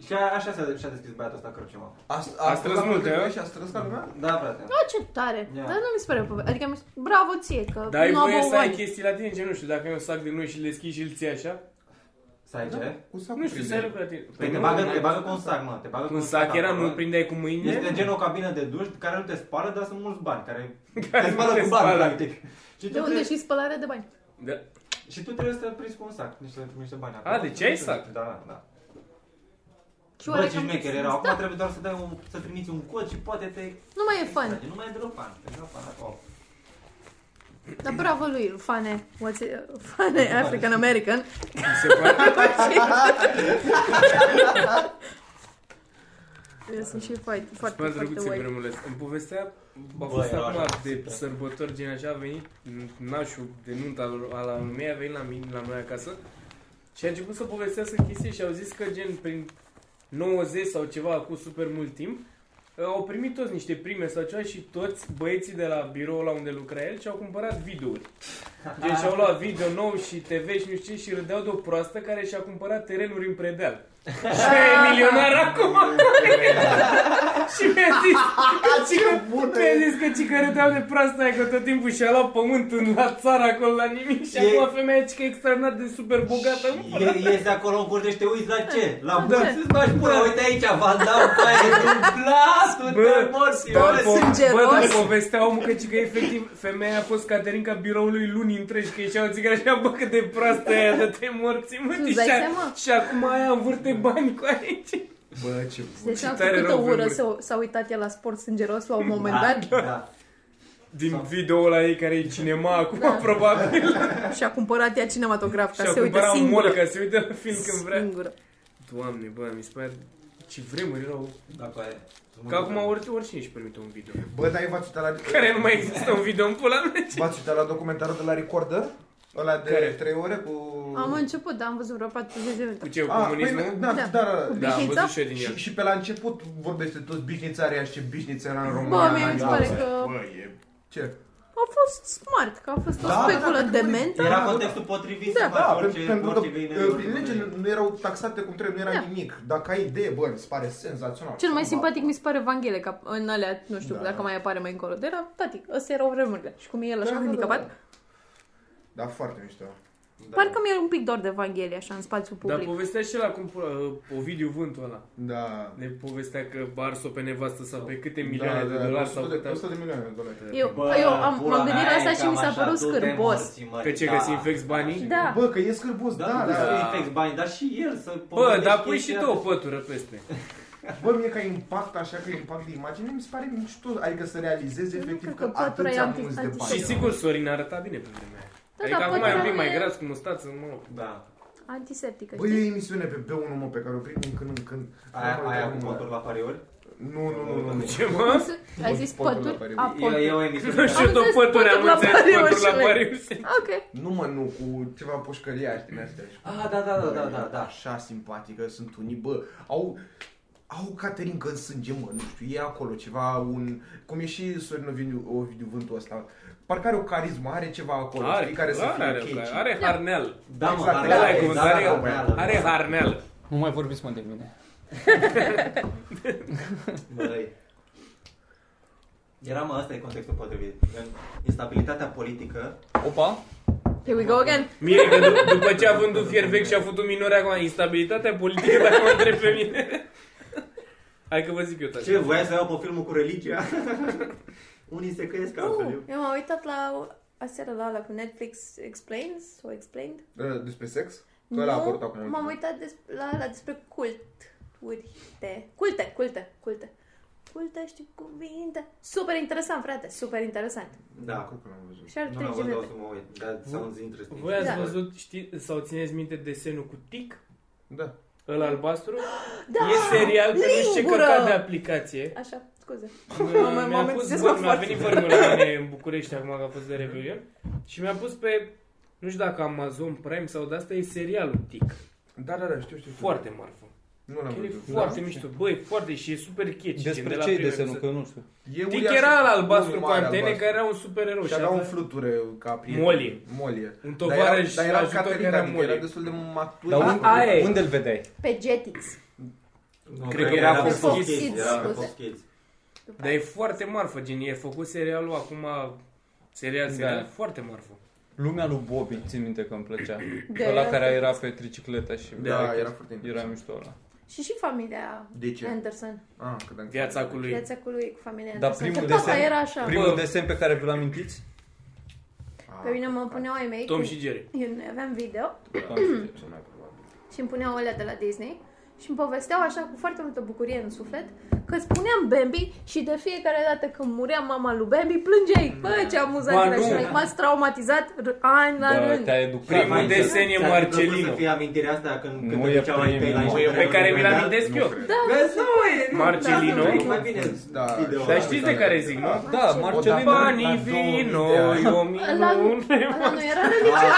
S1: Și a, așa s-a, și-a deschis băiatul ăsta cărciuma.
S4: A,
S2: A strâns
S4: la
S2: multe,
S4: lumea
S2: a?
S4: Și a strâns ca lumea?
S1: Da, frate.
S3: Bă, ce tare.
S1: Ia.
S3: Dar nu mi se pare pove- Adică, mi se- bravo ție, că
S2: Dar ai
S3: nu am
S2: voie să ai
S3: bani.
S2: chestii la tine, ce nu știu, dacă ai un sac de noi și le deschizi și îl ții așa?
S1: Să ai ce?
S4: Cu sacul
S2: Nu știu, să ai
S4: prinde.
S2: lucruri la tine.
S1: Da, Păi te
S2: nu,
S1: bagă,
S2: nu,
S1: te bagă cu un sac, mă, te bagă cu
S2: Un sac era,
S1: acolo.
S2: nu îl prindeai cu mâinile?
S1: Exact. Este gen o cabină de duș care nu te spală, dar sunt mulți bani care,
S2: Care
S1: te spală
S2: te
S1: cu bani,
S2: spală.
S1: practic. Și tu,
S3: De unde
S1: trebuie,
S3: și spălarea de bani?
S2: Da.
S1: și tu trebuie să prinzi cu un sac, niște, niște bani
S2: A, deci ai sac?
S1: Da, da.
S3: Și
S1: Bă,
S3: oarecum-
S1: ce șmecher era. Acum trebuie doar să, dai un, să trimiți un cod și poate te...
S3: Nu mai e fan.
S1: Nu mai e deloc bani, te dau bani acolo.
S3: Dar bravo lui, fane, what's it, fane African American.
S2: Mi se pare...
S3: Eu sunt și foarte, foarte,
S2: Foarte,
S3: foarte
S2: drăguțe
S3: white.
S2: vremurile astea. Îmi povestea, a
S1: Bă,
S2: fost
S1: era
S2: acum
S1: așa,
S2: de
S1: super.
S2: sărbători, gen așa, a venit nașul de nuntă al, al, al mei, a venit la, mine, la noi acasă și a început să povestească chestii și au zis că gen prin 90 sau ceva, acum super mult timp, au primit toți niște prime sau ceva și toți băieții de la birou la unde lucra el și-au cumpărat videouri. Deci au luat video nou și TV și nu știu ce și râdeau de o proastă care și-a cumpărat terenuri în predeal. Și e milionar acum! și mi-a zis,
S4: Ce bună
S2: mi-a zis că ci că râdeau de proastă aia, că tot timpul și-a luat pământ în la țară acolo la nimic și
S1: E-
S2: acum femeia ci că e extraordinar de super bogată. mă.
S1: E, iese acolo în curte și te uiți la ce? La
S3: Da.
S1: bun, să-ți bagi pula, uite aici, Van Damme, cu aia, e un glas, un
S2: Bă,
S1: morți,
S2: Dar
S1: eu
S2: po- Bă,
S3: sângeros.
S2: dar povestea omul că, ci că efectiv femeia a fost Caterinca biroului luni întregi, că ieșea o țigară și a bă cât de proastă e aia, de te morți, mă,
S3: Tu-ți
S2: și,
S3: dai
S2: a-
S3: seama?
S2: și acum aia învârte bani cu aici.
S4: Bă, ce bună
S3: Deci am
S2: tare
S3: făcut
S2: rău
S3: o ură,
S2: vremurile.
S3: s-a, s-a uitat el la sport sângeros la un moment dat
S1: Da.
S2: Din
S1: Sau-
S2: video-ul ăla ei care e cinema acum,
S3: Da.
S2: probabil.
S3: și a cumpărat ea cinematograf ca
S2: Și a
S3: să se uite
S2: cumpărat un mol
S3: singură.
S2: ca să uite la film când vrea.
S3: Singură.
S2: Doamne, bă, mi se pare... Ce vremuri erau.
S1: Da, cu aia.
S2: Că acum ori, oricine își permite un video.
S4: Bă, dar eu v-ați uitat la...
S2: Care nu mai există un video în pula mea.
S4: V-ați uitat la documentarul de la Recorder? Ăla de
S2: Care?
S4: 3 ore cu...
S3: Am început, dar am văzut vreo 40 de minute.
S2: Cu ce, cu
S4: Ah, păi,
S2: comunismul?
S4: da, da, da.
S3: Da.
S4: da.
S2: Da, am
S3: Bișnița?
S2: văzut și eu din
S4: Și,
S2: el.
S4: și pe la început vorbește toți bișnițarii ăia și ce bișniță era în România.
S3: Bă, mie mi se
S4: Da,
S3: pare
S4: bă.
S3: că
S4: Bă, e... Ce?
S3: a fost smart, că a fost o
S4: Da,
S3: speculă
S4: da, da,
S3: dementă.
S1: Era contextul potrivit să
S3: Da,
S4: Da,
S1: faci
S4: pentru
S1: orice,
S4: pentru că
S1: orice
S4: uh, prin lege
S1: vine.
S4: nu erau taxate cum trebuie, nu era
S3: Da.
S4: nimic. Dacă ai idee, bă, mi se pare senzațional.
S3: Cel mai
S4: Ba,
S3: simpatic mi se pare Vanghele, ca în alea, nu știu
S4: Da.
S3: da. dacă mai apare mai încolo, dar era, tati, ăstea erau vremurile. Și cum e el așa
S4: Da,
S3: da,
S4: da,
S3: handicapat,
S4: da, Da, foarte mișto.
S3: parcă mi-e un pic dor de Vanghelie așa în spațiu
S2: Dar
S3: public.
S2: povestea și la cum Ovidiu Vântul ăla.
S4: Da.
S2: Ne povestea că bars-o pe nevastă sau pe câte
S4: da,
S2: milioane de
S4: da,
S2: dolari
S4: 100
S2: sau
S4: de,
S2: câte...
S4: 100 de milioane de dolari.
S3: Eu, Păi eu am, m-am gândit la asta și mi s-a părut scârbos.
S2: Că ce, că se infecți banii?
S3: Da,
S4: Bă, că e scârbos,
S1: Da,
S4: da,
S1: da, da.
S4: da.
S1: Să infecți bani, dar și el să
S2: Bă,
S1: povestești
S2: dar pui și
S1: chestia
S2: tu o
S1: asta.
S2: pătură peste.
S4: Bă, mie ca impact, așa că impact de imagine, mi se pare mișto. Adică să realizezi
S3: Eu nu
S4: efectiv
S3: cred
S4: că
S3: că pătura
S4: atâți
S3: e anti-
S4: amuți de
S3: anti-
S4: bani.
S2: Și sigur Sorin arăta bine pe vremea aia.
S3: Da,
S2: adică
S3: da,
S2: acum e
S3: pătura
S2: un pic mai
S3: e-
S2: gras cu mustață, mă rog.
S1: Da.
S3: antiseptică,
S4: Bă, e o
S3: știi?
S4: emisiune pe B1, mă, pe care o prind din când în când.
S1: Aia,
S4: Nu mă
S1: aia
S4: uitam
S1: cu
S4: numai.
S1: motor la pariuri?
S4: Nu, nu, nu, nu, nu.
S2: Ce mă?
S3: Ai zis
S4: Pot- potul
S3: pături?
S4: la pariu.
S3: A,
S1: E, e
S3: pături.
S1: o
S2: Nu
S1: emisiune. da?
S2: știu, tot
S3: zis
S2: pături am
S3: pături la
S2: înțeles,
S3: pariuri
S2: pături
S3: și
S2: la
S3: noi.
S2: pariuri.
S3: Ok.
S4: Nu, mă, nu, cu ceva pușcăria, știi, astea.
S1: Ah, da, da, da, da, da, da.
S4: Așa simpatică sunt unii, bă, au... Au Caterinca în sânge, mă, nu știu, e acolo ceva, un... Cum e și Sorin Ovidiu, Ovidiu Vântul ăsta. Parcă are o carismă, are ceva acolo,
S2: Are,
S4: știi, care să
S2: clar
S4: fie
S2: are,
S4: catchy.
S2: clar. are
S3: Da.
S2: harnel.
S1: Da, mă,
S4: Exact,
S1: dar
S4: ăla
S1: da,
S4: e
S2: Are
S4: cu
S1: exact,
S2: vânzare,
S1: da, da, da.
S2: are harnel.
S5: Nu mai vorbiți mă de mine.
S1: Băi. Era, mă, ăsta e contextul potrivit. În instabilitatea politică,
S5: Opa,
S3: Here we go again.
S2: Mie, că du- după ce a vândut fier vechi și a făcut minore acum, instabilitatea politică, dacă mă întreb pe mine. Hai că vă zic eu,
S4: Da.
S2: tati.
S1: ce voia să iau pe filmul cu religia? Unii se căiesc altfel.
S3: Uh,
S1: eu-
S3: eu m-am uitat la aseară la ala cu Netflix Explains, sau Explained.
S4: Da, Despre sex? Că ăla a apărut acum.
S3: Nu,
S4: ultimul.
S3: m-am uitat des- la ala despre culturi. De... Culte, culte, culte. Culte și cuvinte. Super interesant, frate, super interesant.
S1: Da.
S4: Cred că l-am văzut.
S3: Și ar
S1: Nu am
S3: trece
S1: văzut, o
S3: minute.
S1: să mă uit. Dar sounds interesting.
S2: Voi ați
S3: Da.
S2: văzut, știi, sau țineți minte desenul cu tic?
S4: Da.
S2: Ăl albastru?
S3: Da!
S2: E serial pe nu știu ce
S3: Lingură!
S2: căcat de aplicație.
S3: Așa, scuze.
S2: Mi-a
S3: m-am
S2: pus-
S3: zis, mă,
S2: Mi-a
S3: foarte.
S2: venit vorbă la mine în București acum că a fost de Revelion și mi-a pus pe, nu știu dacă Amazon Prime sau de asta, e serialul TIC.
S4: Da, da, da, știu, știu. știu.
S2: Foarte marfă.
S4: Nu l-am
S2: Chiar e
S4: văzut.
S2: foarte mișto. Băi, foarte și e super catchy. gen, de
S5: despre
S2: la
S5: ce e
S2: prima
S5: desenul? Că
S2: episod.
S5: nu știu.
S4: E
S2: TIC
S4: uriaș.
S2: era al albastru
S4: Unul
S2: cu
S4: mare
S2: antene
S4: albastru.
S2: care era un supererou.
S4: Și
S2: Și
S4: avea un
S2: avea
S4: fluture uh, ca prieten.
S2: Molie.
S4: Molie.
S2: Un
S4: Dar era-
S2: tovarăș
S4: Dar era
S2: ajutor
S4: Caterinca,
S2: care era
S4: adică
S2: molie.
S4: Era destul de matur. Da,
S5: Dar
S2: A-
S5: unde,
S2: Păi, da, aia e.
S5: unde îl vedeai?
S3: Pe Jetix.
S1: Nu,
S2: Cred că era
S1: pe
S2: Fox
S1: Fox
S2: Kids.
S1: Kids, Era pe
S3: Scuze.
S1: Fox Kids.
S2: Dar e foarte marfă, gen, e făcut serialul acum, serial, serial,
S5: Da.
S2: foarte marfă.
S5: Lumea lui Bobby, țin minte că îmi plăcea.
S3: Da,
S5: ăla
S3: era
S5: care
S3: foarte
S5: era pe tricicletă și...
S4: Da, era foarte
S5: Era
S4: interesant.
S5: mișto ăla.
S3: Și și familia
S4: De ce?
S3: Anderson.
S4: Ah, că da.
S2: Viața cu lui.
S3: Viața cu lui, cu familia
S5: Dar
S3: Anderson.
S5: primul
S3: că tata
S5: desen-
S3: era așa.
S5: Primul
S2: Da. Bă.
S5: desen pe care vi-l amintiți?
S4: Ah,
S3: Pe mine mă
S4: că-
S3: puneau ai mei.
S2: Tom
S3: cu-
S2: și Jerry.
S3: Eu nu aveam video
S5: Da,
S4: Cel mai probabil.
S3: și îmi puneau alea de la Disney.
S6: și îmi povesteau așa cu foarte multă bucurie în suflet că spuneam Bambi și de fiecare dată când murea mama lui Bambi plângeai. Bă, ce amuzant
S2: Ba,
S6: era
S2: nu.
S6: și mai- m-ați traumatizat r- ani la
S5: Bă,
S6: rând.
S5: te-ai educat.
S2: Primul
S1: Mai
S5: mă.
S1: ți-a-
S2: desen e
S1: ți-ar fi plăcut
S2: Marcelino.
S1: Să fie amintirea asta când, când
S5: Nu
S1: te
S5: e
S1: duceau ai tăi la
S5: primul.
S1: intrare,
S2: Pe care mi-l
S1: da?
S2: amintesc eu.
S1: Vezi, nu e, nu,
S2: Marcelino.
S1: da, Mai bine,
S4: Da.
S1: video.
S2: Dar știți de care zic, nu?
S5: Da,
S4: Odată.
S5: Marcelino.
S2: Banii, vino, e o
S6: Ăla
S2: minune,
S6: ăla nu era religios.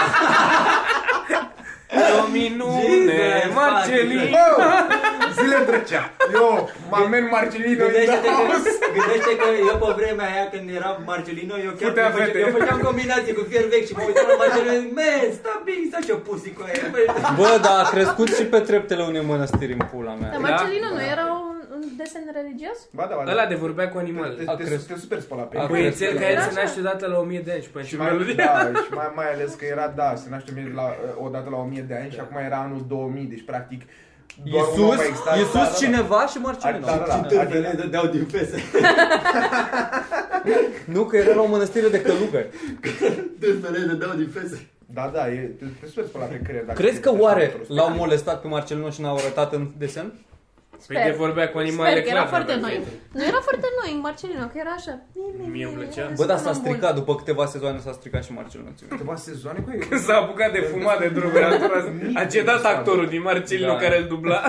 S2: e o minune,
S1: Jesus,
S2: Marcelino.
S4: Bă, zile drăcea. Eu, mamen Marcelino,
S1: Gândește-te
S4: da.
S1: că, gândește că eu pe vremea aia când eram Marcelino, eu chiar
S2: Putea
S1: eu făceam,
S2: fete.
S1: eu făceam combinații cu fier vechi și mă uitam la Marcelino, zic, men, sta bine, sta și o pusi cu aia. băi."
S5: Bă, dar a crescut și pe treptele unei mănăstiri în pula
S6: Dar
S2: Da,
S5: mea.
S6: Marcelino
S5: Da.
S6: nu era un, un desen
S2: Păi
S6: religios?
S4: Ba da, ba da.
S2: Ăla de vorbea cu animale.
S4: Te-
S5: A
S4: te- te,
S5: crescut.
S4: te super spăla pe
S5: A
S4: el.
S2: Băiețel care
S6: Așa.
S2: se naște odată la 1000 de ani și pe
S4: Și mai, da, și mai, mai ales că era, da, se naște mie la, odată la 1000 de ani și acum era anul 2000, deci practic doar un om
S5: Da. Iisus,
S4: a existat. Da, da, da.
S5: Iisus cineva și
S4: Ar-
S5: Marcelino.
S4: da, da, da. Adică-
S1: Târfele dădeau din fese.
S2: da.
S5: Nu, că era la o mănăstire de călugări.
S1: Târfele dădeau din fese.
S4: Da, da, e, te, te super spăla pe creier. dacă
S5: Crezi
S4: te
S5: că
S4: duci
S5: oare
S4: într-o
S5: l-au molestat pe Marcelino și n-au arătat în desen?
S2: Păi de vorbea cu animale
S6: Sper că era
S2: clar,
S6: foarte
S2: vorbea.
S6: noi. Nu era foarte noi Marcelino, că era așa.
S2: Mie îmi plăcea.
S5: Bă, dar s-a stricat, după câteva sezoane s-a stricat și Marcelino. ține minte.
S4: Câteva sezoane cu ei.
S2: Când s-a apucat de fumat de droguri, a- a cedat actorul din Marcelino
S5: Da.
S2: care îl dubla.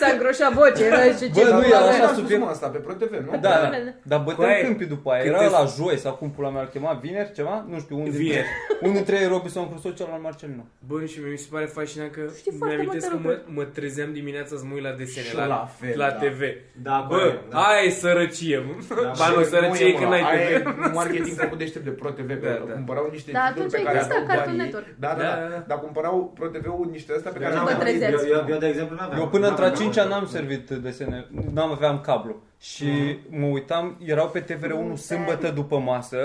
S3: S-a îngroșat vocea, era și
S4: Da,
S5: Bă,
S3: ce...
S5: nu e așa
S4: Așa
S5: subiect.
S4: subiect asta pe Pro TV, nu?
S5: Da, da.
S6: Bine.
S5: Dar băteam
S2: Coaie,
S5: câmpii după aia.
S2: câte-
S5: Era la joi sau cum pula mea îl chema, vineri, ceva? Nu știu, unul dintre,
S2: Vineri.
S5: unul dintre ei Robinson Crusoe, celălalt Marcelino.
S2: Bă, nu știu, mie mi se pare fascinant că
S6: Știi foarte
S2: mi-amintesc că
S6: multe
S2: mă, mă trezeam dimineața să mă uit la desene,
S4: Și
S2: la,
S4: la fel,
S2: la
S4: da.
S2: TV.
S1: Da,
S2: Bă,
S1: corect, da.
S2: aia e sărăcie.
S1: Da,
S2: Ba nu, sărăcie e
S4: mă,
S2: că n-ai
S4: aia
S2: TV.
S4: Păi, e marketing făcut deștept de Pro TV,
S2: Da,
S4: că
S2: da.
S4: cumpărau niște
S6: Da,
S4: titluri
S6: atunci
S4: pe care
S6: exista
S4: aveau
S6: Cartoon
S4: banii.
S6: Network.
S4: Da, da,
S2: Da,
S4: da,
S2: da.
S4: dar cumpărau Pro TV-ul niște astea pe
S1: Eu,
S4: care
S1: n-am
S6: Mă
S1: avut-
S6: trezeați.
S1: eu, eu, eu, de exemplu, n-aveam.
S5: Eu până într-a
S1: N-aveam
S5: 5 n-am servit desene, n-am aveam cablu. Și mă uitam, erau pe TVR1 sâmbătă după masă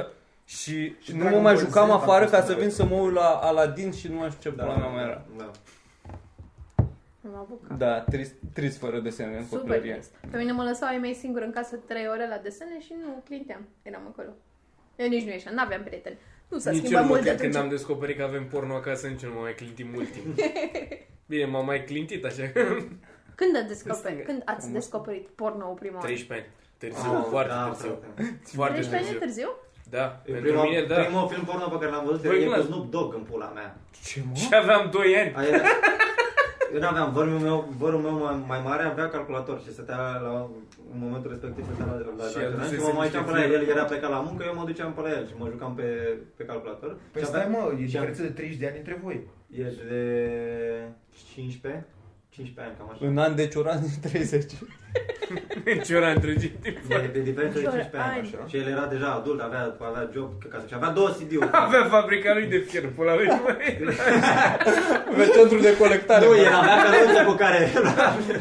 S5: și,
S4: Și
S5: nu mă
S4: Dragon
S5: mai
S4: Ball
S5: jucam
S4: Z a
S5: afară
S4: fost
S5: ca
S4: în
S5: să
S4: TV.
S5: vin să mă uit la Aladdin și nu mai știu ce
S1: Da,
S5: pula mea mai era.
S1: da.
S6: Nu m-a apucat.
S5: Da, trist, trist fără desene în
S6: Super
S5: copilărie.
S6: trist. Pe mine mă lăsau ai mei singur în casă 3 ore la desene și nu clinteam. Eram acolo. Eu nici nu ieșeam, n-aveam prieteni. Nu s-a
S2: Nici eu
S6: schimbat
S2: nu mă
S6: mult de
S2: cred când
S6: atunci.
S2: am descoperit că avem porno acasă, nici eu nu m-am mai clintit mult timp. Bine, m-am mai clintit așa.
S6: Când, a descoperit,
S2: Stâng-
S6: când ați descoperit porno prima oară?
S2: 13 ani.
S5: Ah,
S2: Târziu, foarte
S1: da,
S2: târziu.
S1: frate.
S2: Foarte
S6: 13 ani e
S2: târziu.
S6: târziu?
S2: Da,
S1: E
S2: pentru mine,
S1: Primul,
S2: da.
S1: primul film porno pe care l-am văzut
S2: Băi,
S1: e cu
S2: clar.
S1: Snoop Dogg în pula mea.
S5: Ce mă?
S2: Și aveam 2 ani.
S1: Aia era. Eu n-aveam, vărul meu, vărul meu mai, mai mare avea calculator și stătea la, în momentul respectiv stătea la, la, la
S2: Și
S1: jardin
S2: adusese
S1: și mă mai
S2: niște
S1: duceam pe la el,
S2: fiere.
S1: el era plecat la muncă, eu mă duceam pe la el și mă jucam pe, pe calculator.
S4: Păi
S1: și
S4: stai mă, e
S1: și avea-
S4: diferență de 30 de ani între voi.
S1: Ești de 15? 15 ani, cam
S4: Păi
S1: așa.
S5: În an deci, de cioran 30.
S2: Nici eu n-am întregit timp.
S1: De, de diferență de 15 ani,
S6: Ani.
S1: așa. Și el era deja adult, avea, avea job, că și avea două CD-uri.
S2: Avea fabrica lui de fier, pula lui. băi.
S5: Pe centru de colectare.
S1: Nu, el avea căruță cu care...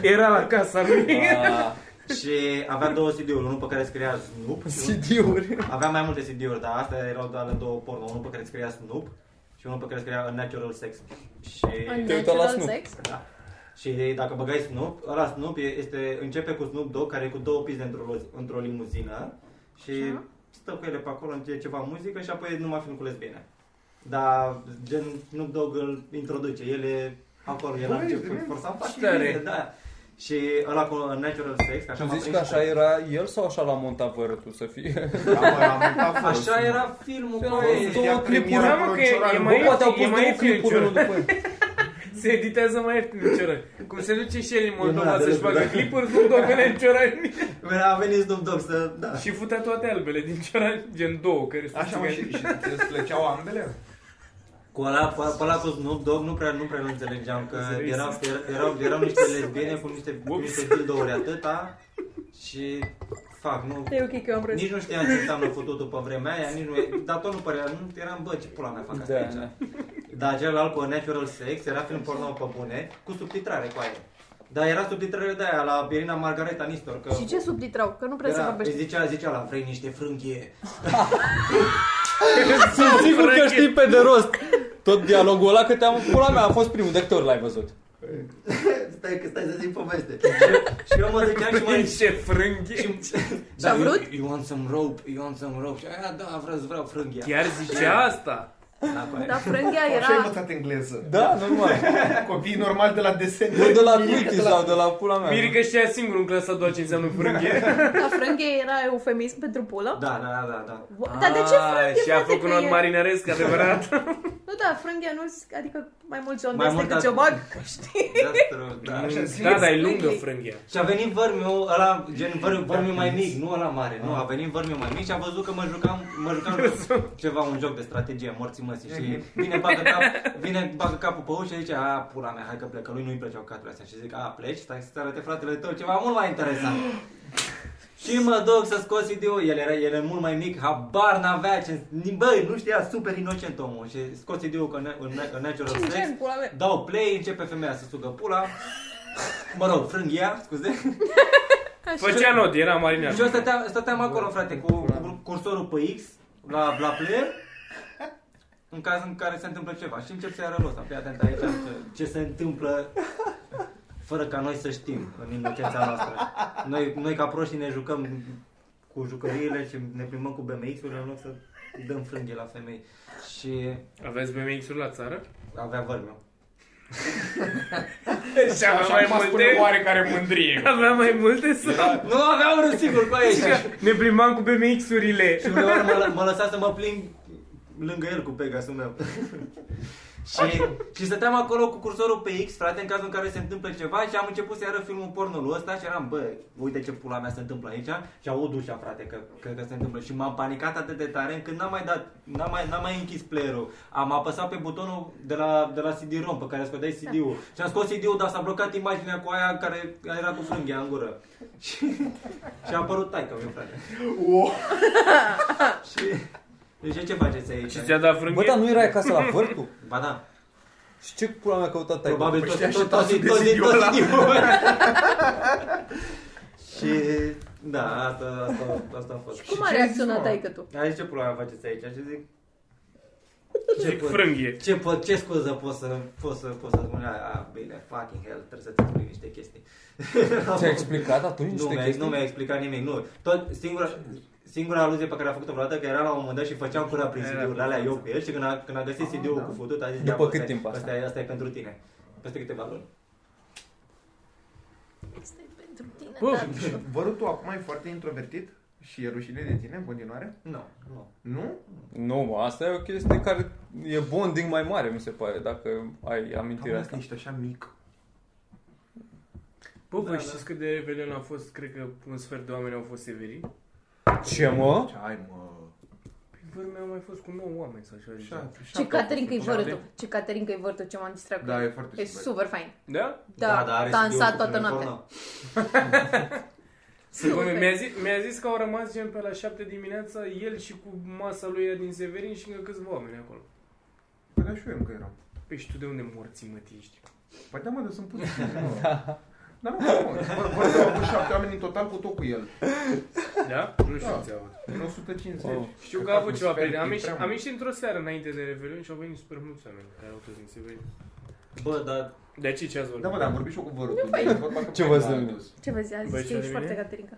S2: Era la casa lui.
S5: Ah,
S1: și avea două CD-uri, unul pe care scria Snoop.
S5: CD-uri.
S1: Aveam mai multe CD-uri, dar astea erau doar două porno. Unul pe care scria Snoop și unul pe care scria Natural Sex. Și,
S6: În
S5: Te uitai la
S6: natural
S5: Snoop.
S6: sex?
S1: da. și dacă băgai Snoop, ăla Snoop e- este, începe cu Snoop Dogg care e cu două pizde într-o, lo- într-o limuzină și
S6: Așa.
S1: stă cu ele pe acolo, începe ceva muzică și apoi numai film cu lesbiene. Dar gen Snoop Dogg îl introduce, el e acolo, el a
S4: Băi,
S1: început,
S4: de-
S1: for some fucking
S2: tare.
S1: reason, da. Și ăla cu Natural Sex, că așa
S5: Tu
S1: m-a
S5: zici că
S1: prins
S5: așa era el sau așa l-a montat vărătul să fie?
S4: Da, mă, am uitat fără
S1: Așa
S4: să-
S1: era filmul,
S5: Filmul
S1: băi.
S5: două
S4: Ea
S5: clipuri.
S4: premiera
S2: Da, mă,
S4: acolo în
S2: că e
S4: Cioran.
S2: mai-
S5: Bă, poate au
S2: e
S5: pus
S2: mai
S5: două
S2: ieftin
S5: clipuri unul
S2: cioran.
S5: după el.
S2: Se editează mai ieftin în cioran. Cum se duce și el în Moldova
S1: mâna de
S2: să-și
S1: lucru,
S2: facă
S1: da.
S2: clipuri, Snoop Dogg în cioran.
S1: A venit Snoop Dogg să... Da.
S2: Și futea toate albele din cioran, gen două, care sunt
S4: Așa mă, și,
S2: țigani.
S4: și îți plăceau ambele?
S1: Cu ăla, pe pe ăla cu Snoop Dogg nu prea, nu prea îl înțelegeam, că
S2: Înțeles.
S1: erau, erau, erau niște lesbiene cu niște, cu niște dildouri atâta și fac, nu...
S3: E ok că eu am râs.
S1: Nici nu știam ce înseamnă fututul pe vremea aia, nici nu, dar tot nu părea, nu eram, bă, ce pula mea fac asta
S5: Da,
S1: aici.
S5: da.
S1: Dar celălalt cu Natural Sex era film porno pe bune, cu subtitrare cu aia. Dar era subtitrare de aia la Birina Margareta Nistor, că...
S6: Și ce subtitrau? Că nu
S2: Da,
S6: prea se
S1: era, îi
S6: vorbește.
S1: zicea, zicea la vrei niște frânghie.
S2: Ah,
S5: Sunt sigur că știi pe de rost. Tot dialogul ăla că te-am pula mea, a fost primul de câte ori l-ai văzut.
S1: stai că stai să zic poveste. și eu mă duceam și mă,
S2: Ce frânghi.
S1: Și-
S6: Și-a
S1: you-
S6: vrut?
S1: You, want some rope, you want some rope. Și aia, da, vreau, vreau frânghia.
S2: Chiar zicea asta.
S1: Apa e.
S6: Dar frânghia
S4: Așa ai
S6: era...
S4: învățat engleză.
S5: Da, normal.
S4: Copiii normal de la
S2: Da,
S4: desene.
S5: Nu de la Twiki sau de la pula mea.
S2: Mirica știa singur în clasa a doua ce înseamnă frânghie.
S3: Dar frânghie era eufemism pentru pulă?
S1: Da, da, da, da, da.
S3: Wo- Dar de ce
S2: Ah,
S3: frânghie?
S2: Și a
S3: frate,
S2: făcut un
S3: că
S2: not
S3: e-
S2: marinăresc, adevărat.
S3: Nu, da, frânghia nu... Adică mai mult John
S1: Mai
S3: Dest
S1: mult
S3: decât
S1: a-
S3: Ciobag, știi?
S1: Destru, da.
S4: Așa,
S2: Da,
S4: simți.
S2: dar e lungă frânghia.
S1: Și a venit vărmiul ăla, gen văr,
S3: Da,
S1: vărmiul mai mic, nu ăla mare,
S3: Ah.
S1: nu, a venit vărmiul mai mic și a văzut că mă jucam, mă jucam cu ceva, un joc de strategie, morții măsii și vine, bagă, cap, vine, bagă capul pe ușă și zice, a, pula mea, hai că plecă, lui nu-i plăceau caturile astea și zic, a, pleci, stai să arate fratele tău ceva mult mai interesant. Și mă duc să scot CD-ul, el era, el era mult mai mic, habar n-avea ce... Băi, nu știa, super inocent omul și scot CD-ul cu Na- în, în Natural
S3: Ce
S1: Sex
S3: gen, pula mea?
S1: Dau play, începe femeia să sugă pula Mă rog, frânghia, scuze
S2: Făcea not, era marinar.
S1: Și eu stăteam, stăteam acolo, frate, cu, cu cursorul pe X La, la player În caz în care se întâmplă ceva Și încep să ia rost, fii atent aici ce- Ce se întâmplă Fără ca noi să știm în inocența noastră Noi, noi ca proștii ne jucăm cu jucăriile și ne primăm cu BMX-urile în loc să dăm frânghie la femei și
S2: Aveți BMX-uri la țară?
S1: avea vărmiu.
S2: Și avea mai multe?
S4: oarecare mândrie.
S2: Avea mai multe sau?
S1: Nu avea unul singur cu aici.
S2: Ne plimbam cu BMX-urile.
S1: Și uneori mă, lă- mă lăsa să mă plimb lângă el cu Pegasul meu. și, și stăteam acolo cu cursorul pe X, frate, în cazul în care se întâmplă ceva și am început să iară filmul pornul ăsta și eram, bă, uite ce pula mea se întâmplă aici și aud ușa, frate, că, că, că se întâmplă. Și m-am panicat atât de tare încât n-am mai dat, n-am mai, n-am mai închis player-ul. Am apăsat pe butonul de la, de la CD-ROM pe care scoteai CD-ul și am scos CD-ul, dar s-a blocat imaginea cu aia care era cu frânghia în gură. Și, și a apărut taică meu, frate.
S4: Wow.
S1: Și... Deci ce faceți aici?
S2: Și ți-a dat
S5: Bă, dar
S2: frânghie?
S5: nu era acasă la vârtul?
S1: Ba da,
S5: Și ce pula mea căutat ai?
S1: probabil
S4: păi
S1: tot
S4: știa
S1: tot
S4: și
S1: tot
S4: tasul
S1: tot
S4: de
S1: tot
S4: CD-ul ăla.
S1: Și da, asta, asta, asta a fost.
S3: Cum a reacționat taică tu?
S1: A zis ce pula mea faceți aici? Și zic ce
S2: Zic
S1: pot-
S2: frânghie.
S1: ce, pot, ce scuză pot să, pot să, pot să spun? A, a, bine, fucking hell, trebuie să-ți explic niște chestii.
S5: Ți-a explicat atunci
S1: Nu
S5: niște
S1: mi-a,
S5: chestii?
S1: nu mi-a explicat nimic, nu. Tot singura, singura aluzie pe care a făcut-o vreodată, că era la un moment dat și făceam cura prin
S2: Era
S1: CD-urile alea eu cu el și când a, când a găsit CD-ul cu futut, a zis,
S5: După
S1: "Ia, bă,
S5: cât
S1: asta e-
S5: timp asta?
S1: Asta e, asta e pentru tine. Peste câteva luni.
S6: Asta e pentru tine,
S2: Bă,
S6: dar...
S4: Vărutul acum e foarte introvertit și e rușine de tine în continuare?
S1: Nu, nu.
S4: Nu?
S5: Nu, mă, asta e o chestie care e bonding mai mare, mi se pare, dacă ai amintirea
S4: Asta
S5: asta.
S4: ești așa mic.
S2: Bă,
S1: Da,
S2: voi
S1: da.
S2: știți cât de rebelion a fost? Cred că un sfert de oameni au fost severi.
S5: Ce, mă?
S4: Ce ai, mă?
S2: Păi vârmea au mai fost cu 9 oameni sau ceva de genul.
S3: Ce Caterin că e vărătul.
S2: avem.
S3: Ce Caterin că e vărătul, ce m-am distrat cu
S4: Da,
S3: el.
S4: e foarte
S3: E
S4: super.
S3: super fain.
S2: Da?
S3: Da,
S1: dar are CD-ul
S3: dansat
S1: cu
S3: toată
S1: filme
S3: noaptea.
S1: porno.
S2: Să
S3: Super.
S2: mi-a, zis, mi-a zis că au rămas gen pe la 7 dimineața el și cu masa lui ea din Severin și încă câțiva oameni acolo.
S4: Păi da, și eu încă eram.
S2: Păi și tu de unde morții mă ești?
S4: Păi da, mă, dar sunt puțin. mă.
S5: Da.
S4: Dar nu, mă, mă, vărutul a avut șapte oameni în total cu tot cu el.
S2: Da? Nu știu
S4: Da.
S2: ce au.
S4: În 150.
S5: Wow.
S2: Știu că a avut ceva pe am
S4: Atmosferic,
S2: ieșit,
S4: prea
S2: am
S4: mult.
S2: ieșit într-o seară înainte de Revelion și au venit super mulți oameni care au fost din Severin.
S1: Bă, dar
S2: De ce ce ați vorbit?
S4: Da, mă, dar am vorbit și eu cu vărutul.
S3: faci.
S4: Deci, vorba că
S5: Ce
S4: pe
S5: vă
S4: la
S5: zic?
S4: adus.
S6: Ce vă zic, a zis
S2: Băi,
S6: că
S2: ce
S6: ești
S2: de
S6: foarte
S2: mine?
S6: caterinca.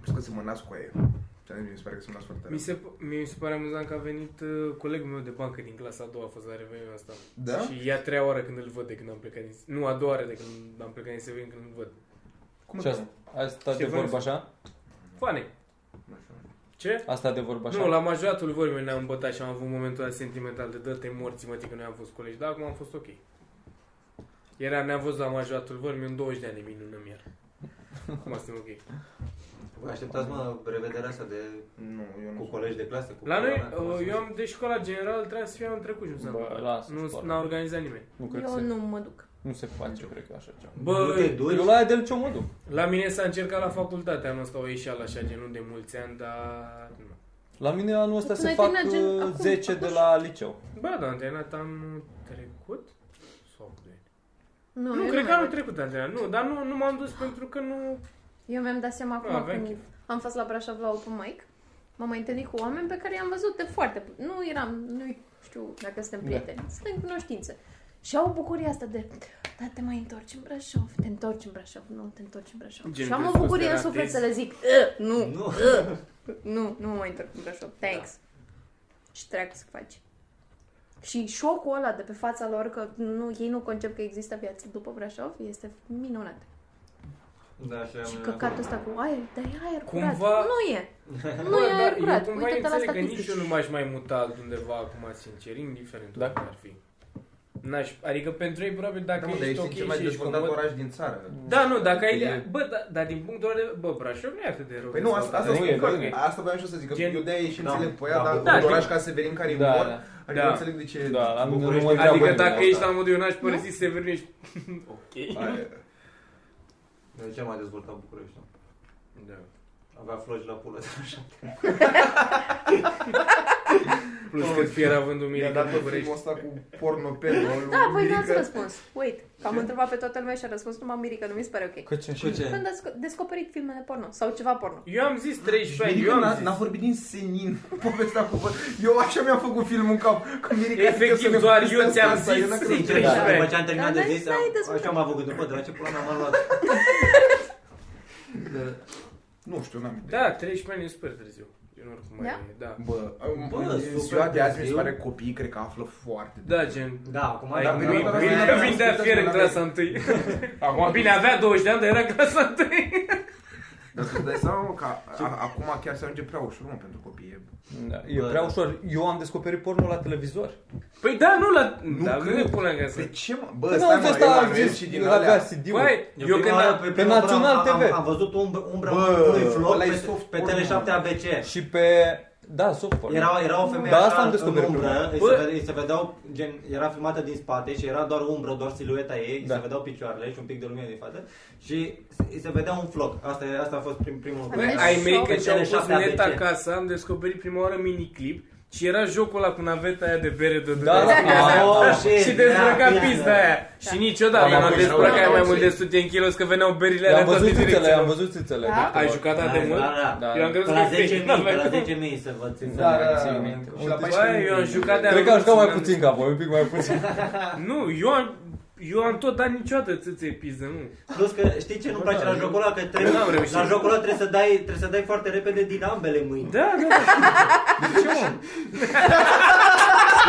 S4: Plus că se mă nasc cu aia. Ce mi se pare că sunt nas foarte
S2: Mi
S4: tare.
S2: se, mi se pare amuzant că a venit uh, colegul meu de bancă din clasa a doua, a fost la revenire asta.
S4: Da?
S2: Și e a treia oară când îl văd de când am plecat din... Nu, a doua oară de când am plecat din Severin când îl văd.
S4: Cum
S5: Ce
S4: e?
S5: asta? Asta de
S2: Ștefan
S5: vorbă
S2: Ionescu.
S5: așa?
S2: Fane!
S4: Nu știu.
S2: Ce?
S5: Asta de vorbă
S2: Așa. Nu,
S5: așa?
S2: la majoratul vorbim ne-am bătat și am avut momentul ăla sentimental de dă-te morții, mă, că noi am fost colegi, dar acum am fost ok. Era, ne-am văzut la majoratul vorbim în 20 de ani, minun în iar. Acum suntem ok.
S1: vă așteptați, mă, revederea asta de...
S4: Nu, eu nu.
S1: Cu
S4: sunt.
S1: colegi de clasă, cu
S2: La noi,
S1: coloana, cu
S2: uh, eu am de școala generală, trebuia să fie anul trecut și nu s-a
S5: Bă,
S2: întâmplat.
S5: lasă
S2: Nu
S5: școala.
S2: n-a organizat nimeni.
S5: Nu cred că
S6: Eu
S5: se...
S6: nu mă duc.
S5: Nu se face, cred că așa ceva.
S1: Nu te
S2: Bă,
S1: duci?
S5: Eu la aia de ce mă duc?
S2: la mine s-a încercat la facultate, anul ăsta o ieșeală așa, gen, nu de mulți ani, dar... Nu.
S5: La mine anul ăsta
S6: Până
S5: se
S6: la
S5: fac
S6: tine, gen,
S5: uh,
S6: acum,
S5: 10 de
S6: acum.
S5: la liceu.
S2: Ba, da, antrenat anul trecut? Sau de...
S6: Nu,
S2: Nu,
S6: eu
S2: cred că
S6: mai
S2: anul
S6: duc.
S2: trecut antrenat, nu, dar nu, nu m-am dus pentru că nu...
S6: Eu mi-am dat seama
S2: Nu
S6: acum
S2: aveam
S6: când am fost la Brașov la open mic, m-am mai întâlnit cu oameni pe care i-am văzut de foarte... pu- Nu eram, nu știu dacă
S2: Da.
S6: suntem prieteni, suntem cunoștințe. Și au bucuria asta de, da, te mai întorci în Brașov, te întorci în Brașov, nu, te întorci în Brașov.
S2: Gen,
S6: și am o
S2: crezi că
S6: bucurie în
S2: sunt
S6: suflet să
S2: ratez?
S6: le zic, "Ă, nu,
S1: Nu.
S2: Da.
S6: ă, nu, nu mă mai întorc în Brașov, thanks. ce treacă să faci? Și șocul ăla de pe fața lor că nu, ei nu concep că există viață după Brașov este minunat.
S1: Da, așa
S6: Și
S1: am-
S6: căcatul ăsta cu aer, dar e aer curat.
S2: Ehm, Cumva-
S6: Nu e. Nu
S2: Bă,
S6: e aer
S2: da, eu
S6: curat.
S2: cumva
S6: Uite-te la
S2: înțeleg că nici
S6: statistici.
S2: eu nu m-aș mai muta altundeva acum, sincer, indiferent
S5: Da.
S2: da. ar fi. N-aș, adică pentru ei probabil dacă
S4: Da, mă, dar
S2: ești
S4: ești
S2: ok
S4: cel mai
S2: și ești
S4: dezvoltat
S2: comod,
S4: oraș din țară.
S2: Da, nu, dacă ai...
S4: E-
S2: Bă, da, dar din punctul ăla de... Bă, Brașov nu e atât de rău.
S4: Păi nu, asta, asta,
S5: Nu
S4: spun
S5: e,
S4: că-
S5: nu e.
S4: asta voiam și eu să zic, că
S2: Gen-
S4: eu de-aia ieșim
S1: Da,
S4: înțeleg pe ea,
S1: da,
S4: dar
S2: da,
S4: un oraș
S2: gen-
S4: ca Severin care e
S5: Da,
S4: mor,
S5: da.
S4: adică
S2: Da,
S4: nu înțeleg de ce
S5: Da, la mine nu mă
S1: București,
S5: întreabă
S2: Adică
S5: nimeni
S2: dacă
S5: asta.
S2: ești la modul eu n-aș părăsi Severin, ești... ok.
S4: Aia.
S1: E cel mai dezvoltat București. nu?
S2: Da.
S1: Avea floci la pulă.
S2: Plus cât fier având
S4: Mi-a
S2: Mirica
S4: dat tot
S2: în
S4: filmul
S2: București.
S4: ăsta cu porno pe rolul
S6: Da, voi
S4: Mirica.
S6: n-ați răspuns. Wait, că am întrebat pe toată lumea și a răspuns numai Mirica, nu mi se pare ok.
S5: Că ce?
S1: Cu ce?
S6: Când ați descoperit filmele porno sau ceva porno?
S2: Eu am zis
S4: Deci
S2: 13 ani,
S4: Mirica
S2: eu
S4: n-a,
S2: am
S4: n-a
S2: zis.
S4: vorbit din senin povestea cu Eu așa mi-am făcut filmul în cap. Că Mirica
S2: Efectiv,
S4: zice să ne
S2: doar
S4: povestească
S2: eu ți-am
S4: asta,
S2: zis,
S4: eu n-am
S2: zic,
S4: crezut.
S2: treci.
S1: Da, după ce am terminat
S6: Dar
S1: de
S6: n-ai-
S1: zis,
S6: n-ai
S1: am-
S6: dezvoltat.
S1: așa m-a făcut. Bă, de la ce pula mea m-am luat?
S4: Nu știu, n-am idee.
S2: Da, 13 ani e super târziu. Eu nu oricum mai
S6: Da?
S2: e, da.
S4: Bă,
S1: Bă,
S4: în
S1: super
S4: ziua de azi mi se
S1: târziu.
S4: pare copiii cred că află foarte
S2: Da, gen...
S1: Da, acum
S2: Ai,
S1: da,
S4: pe
S2: mi-
S1: da,
S4: mine-
S1: da,
S4: pe mine-
S1: da,
S2: mi-
S1: da.
S2: mi- vindea
S4: ascultă-ți
S2: fier în
S4: mâna
S2: clasa 1.
S4: Acum
S2: Bine, avea 20 de ani, dar era în clasa 1.
S4: Dar tu dai seama mă, că a- a- acum chiar se ajunge prea ușor mă, pentru copii. E-
S5: Da, e
S1: Bă,
S5: prea
S1: da.
S5: ușor. Eu am descoperit pornul la televizor.
S2: Păi da, nu la...
S4: Nu
S2: Da,
S4: cred.
S2: nu e până în casă.
S4: Pe ce mă? Bă,
S5: Păi
S4: stai
S5: nu,
S4: mă,
S5: ăsta a
S4: Emanuel
S5: zis,
S4: și din
S5: el avea
S4: alea.
S5: CD-ul.
S2: Băi,
S1: Eu,
S2: eu când
S1: prima oară,
S2: am...
S1: pe prima
S5: Pe
S1: oară am-
S5: Național
S1: am-
S5: TV.
S1: Am, văzut umbra, umbra
S4: Bă,
S1: unui flop
S4: ăla e
S1: pe,
S4: soft
S1: pe
S4: porn,
S1: Tele
S4: mă.
S1: 7 ABC.
S5: Și pe... Da, soft porn.
S1: Era, era o femeie
S5: Da,
S1: așa
S5: asta am descoperit
S1: în
S5: prima
S1: umbră,
S5: oară.
S1: îi
S2: Bă.
S1: se, vede, îi se vedeau, gen, era filmată din spate și era doar umbră, doar silueta ei,
S5: Da.
S1: da. se vedeau picioarele și un pic de lumină din față și se- îi se vedea un floc. Asta, e- asta a fost prim, primul lucru.
S2: Băi,
S6: Deci,
S2: Păi, ai mei
S6: sau-
S2: când
S1: Cele
S2: și-au pus
S1: șapte
S2: net
S1: ABC.
S2: acasă, am descoperit prima oară miniclip și era jocul ăla cu naveta aia de bere de de-
S5: Da,
S2: de-
S5: da,
S2: de-
S1: oh, shit,
S2: și dezbrăca
S1: da,
S2: pista
S1: da.
S2: aia. Și niciodată
S5: Da,
S2: da,
S5: am
S2: am dezbrăcat
S6: văzut.
S2: mai mult de 100 în kilos că veneau berile
S5: Le-am
S2: alea
S5: văzut
S2: toate
S5: țâțele, am
S2: direcțiile.
S5: văzut țâțele.
S6: Da?
S5: de câteva
S2: Ai
S5: ori.
S2: jucat atât de mult?
S1: Da, da.
S2: Eu am
S1: Pe
S2: crezut
S1: la
S2: că e
S1: 10.000, pe la 10.000 se vă țin.
S5: Da, da,
S1: țin
S5: da.
S1: minte.
S4: Și la
S5: Bă,
S4: 14
S2: Bă, eu am jucat de
S5: Cred că am jucat mai puțin ca voi, un pic mai puțin.
S2: Nu, eu am, eu am tot dat niciodată țâțe pizdă, nu.
S1: Plus că știi ce nu-mi place la jocul ăla? Că trebuie,
S2: Da, n-am reușit.
S1: la jocul ăla trebuie să, dai, trebuie să dai foarte repede din ambele mâini.
S2: Da, da, da.
S5: De ce, mă? Îi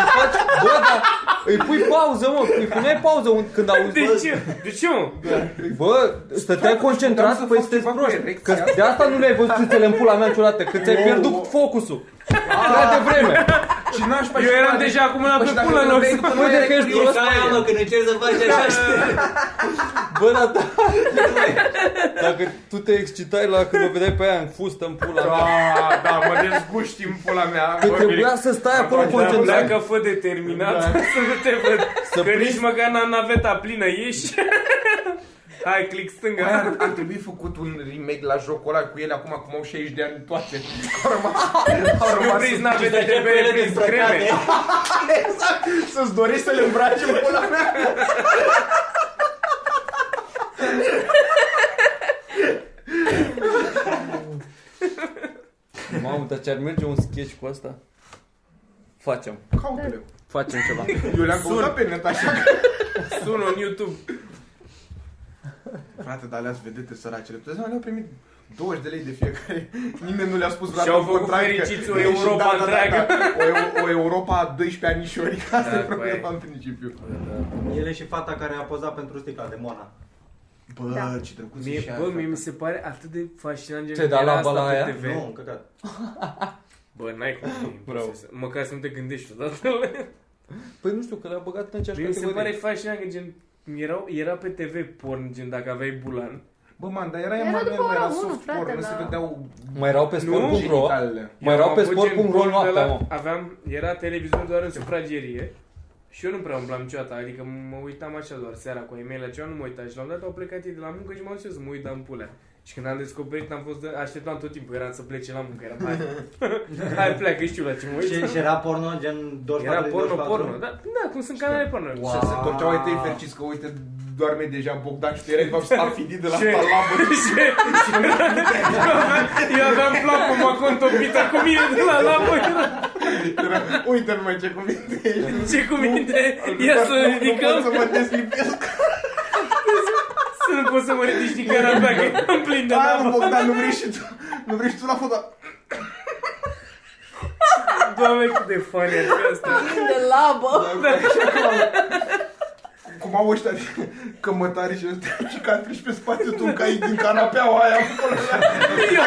S5: faci, bă, dar îi pui pauză, mă, îi puneai pauză un- când auzi.
S2: De ce? De ce, mă?
S5: Bă, stăteai concentrat,
S4: să
S5: păi
S4: fac
S5: sunteți
S4: ceva cu
S5: proști.
S4: erecția.
S5: Că de asta nu le-ai văzut țâțele în pula mea niciodată, că ți-ai
S4: Wow.
S5: pierdut focusul. Prea devreme.
S4: Și n-aș face
S2: Eu eram
S4: nimic.
S2: deja acum la
S4: Păi
S2: pe
S4: și dacă
S2: pula
S4: nu
S2: în loc
S4: vrei,
S2: să...
S4: după
S5: Bă, de că ești
S1: E
S5: prost.
S1: ca aia, mă, când încerci să faci
S2: Da,
S1: așa știi?
S5: Bă, dar da. Dacă tu te excitai la când o vedeai pe aia în fustă, în pula mea,
S4: Da, da, mă dezguști în pula mea.
S5: că
S4: Bă,
S5: trebuia să stai acolo
S4: Acolo, da,
S5: concentrat.
S2: Dacă fă determinat
S4: Da.
S2: să nu te văd.
S5: Să
S2: Că
S5: prinzi-
S2: nici măcar n-am naveta plină, ieși. Hai, click stânga.
S4: Aia ar, ar trebui făcut un remake la jocul ăla cu ele acum cum au 60 de ani toate. Au rămas, au
S2: nu
S4: rămas
S2: prins navete de
S1: Pe ele
S2: bere, prins
S1: dezbrăcate.
S2: creme.
S4: exact, să-ți dorești să le îmbraci în pula mea.
S5: Mamă, dar ce-ar merge un sketch cu asta? Facem.
S4: Caută-le.
S5: Facem ceva.
S4: Eu le-am căutat pe net așa.
S2: Sună în YouTube.
S4: Frate, dar alea-s vedete săracele. Tu le-au primit 20 de lei de fiecare. Nimeni nu le-a spus vreodată
S2: Și-au
S4: în
S2: făcut
S4: contract că-
S2: fericiți o
S4: Și-
S2: Europa
S4: da, da, da,
S2: întreagă.
S4: da. O Eu- O Europa a 12 anișori. Asta
S2: Da,
S4: e problema
S2: băi.
S4: în principiu.
S1: Ele și fata care a pozat pentru sticla de Mona.
S4: Bă,
S6: Da.
S4: ce drăguț e și
S2: Mie,
S4: aia,
S2: bă, mie
S4: frate.
S2: mi se pare atât de fascinant gen
S5: Ce, da, la
S2: era
S5: bala
S2: asta
S5: aia?
S2: pe
S1: Nu,
S2: TV.
S1: un căcat.
S2: Bă, n-ai cum e
S5: Bravo.
S2: imposibil să- Măcar să nu te gândești odată.
S5: Păi nu știu, că le-a băgat în aceeași
S2: Mie mi Păi, se pare
S5: categorie.
S2: fascinant că gen erau, era pe TV porn, gen dacă aveai bulan.
S4: Bă, man, dar era
S6: Era
S4: Emanuel,
S6: după
S4: mai era
S6: ora unu,
S4: soft
S6: frate, da.
S4: porn, nu
S6: la-
S4: se vedeau
S5: Mai erau pe
S2: Nu.
S5: sport.ro
S4: genitalele.
S5: Mai erau
S2: am
S5: pe
S2: avut gen
S5: sport.ro
S2: porn de
S5: noaptea,
S2: la-
S5: mă.
S2: Aveam, era televizor doar în sufragerie și eu nu prea umblam niciodată, adică mă uitam așa doar seara cu ei mei la ceva, nu mă uitam și la un dat au plecat ei de la muncă și m-am dus eu să mă uit, dar în pulea. Și când am descoperit, am fost, de- așteptam tot timpul, eram să plece la muncă, eram, hai, hai pleacă, știu la ce mă uit.
S1: Și, și era porno, gen 24
S2: Era
S1: din
S2: porno,
S1: 24.
S2: porno, da, da, cum sunt canale porno.
S1: Wow.
S4: Și se întorceau ai tăi fericiți că uite, doarme deja Bogdan și tu erai de fapt stafidit de la palabă.
S2: Ce? Eu aveam plapă, m-a contopită cu mine de la lapă.
S4: Era, Uite numai ce cuvinte ești.
S2: Ce cuminte? Ia să
S4: Nu- Nu
S2: ridicăm.
S4: pot să mă deslipesc.
S2: Să nu pot să mă ridici din carabea, că îmi plin de
S4: Da, nu,
S2: lapă.
S4: Bogdan, nu vrei și tu. Nu vrei și tu la fota.
S2: Doamne, cât de funny ar fi asta.
S3: de
S2: Oh,
S3: labă.
S2: da.
S4: Cum au ăștia cămătari și ăștia și că treci pe spate tu un cai din canapeaua aia acolo.
S2: Eu,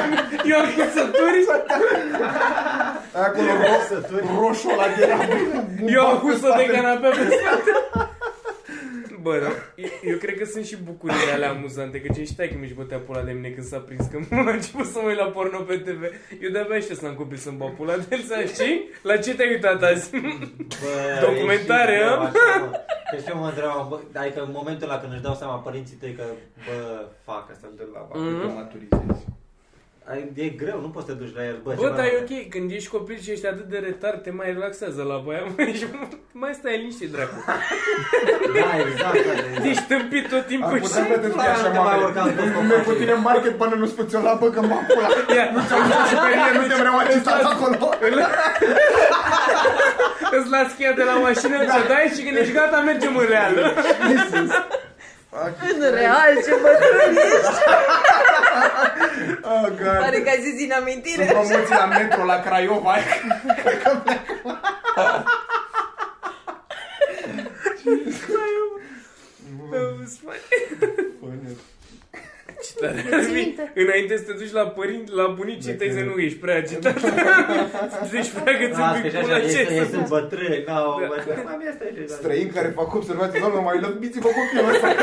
S2: eu am cusături,
S4: Aia acolo ro- roșu ăla de era bun
S2: eu am
S4: bun pe
S2: cusă
S4: spate.
S2: de canapea pe spate. Bă, da, eu, eu, cred că sunt și bucurii alea amuzante, că ce știai că mi-și bătea pula de mine când s-a prins, că m-a început să mă uit la porno pe TV. Eu de-abia aștept să-mi copil să-mi bag pula de el, să știi? La ce te-ai uitat azi?
S1: Bă,
S2: Documentare,
S1: e și greu
S2: a?
S1: așa, mă. Că și eu mă întrebam, bă, adică în momentul ăla când își dau seama părinții tăi că, bă, fac asta, de la bă.
S2: Mhm.
S4: Te maturizezi.
S1: Ai- E greu, nu poți să te duci la el, bă,
S2: Bă,
S1: ceva
S2: dar
S1: nu-
S2: e ok, când ești copil și ești atât de retard, te mai relaxează la voia, mă, și mai stai liniște, dracu.
S1: Da, exact, da,
S2: Deci tâmpit tot timpul
S4: Ar
S2: și...
S4: putea să te spui
S1: Pula
S4: așa,
S1: nu te mai
S4: mame.
S1: urca în tot
S4: Merg cu
S1: copașul.
S4: tine în market până nu spui ți-o labă că m-am pula.
S2: Ia,
S4: Și pe mine nu te vreau acistat acolo.
S2: Îți las cheia de la mașină,
S1: Da.
S2: ți-o dai și când ești gata, mergem în real.
S3: În real, ce bătrân ești.
S4: Oh, God.
S3: Pare că ai zis din
S4: Sunt
S3: amintire.
S4: promoții la metro, la Craiova. Cred că pleacă. Păi,
S2: Ce tare
S6: Deci
S2: ar fi.
S6: minte.
S2: Înainte să te duci la părinți, la
S1: Da.
S2: bunicii tăi să nu ești prea agitat. Deci prea că
S1: Las că
S2: ți-mi
S1: și
S2: pic
S1: Da, așa,
S2: pula
S1: ei sunt- ei
S2: ce
S1: sunt bătrâni, n-au, bă, mai este și-
S4: Străini care fac observații, doamne, mai lămbiți-vă copilul ăsta.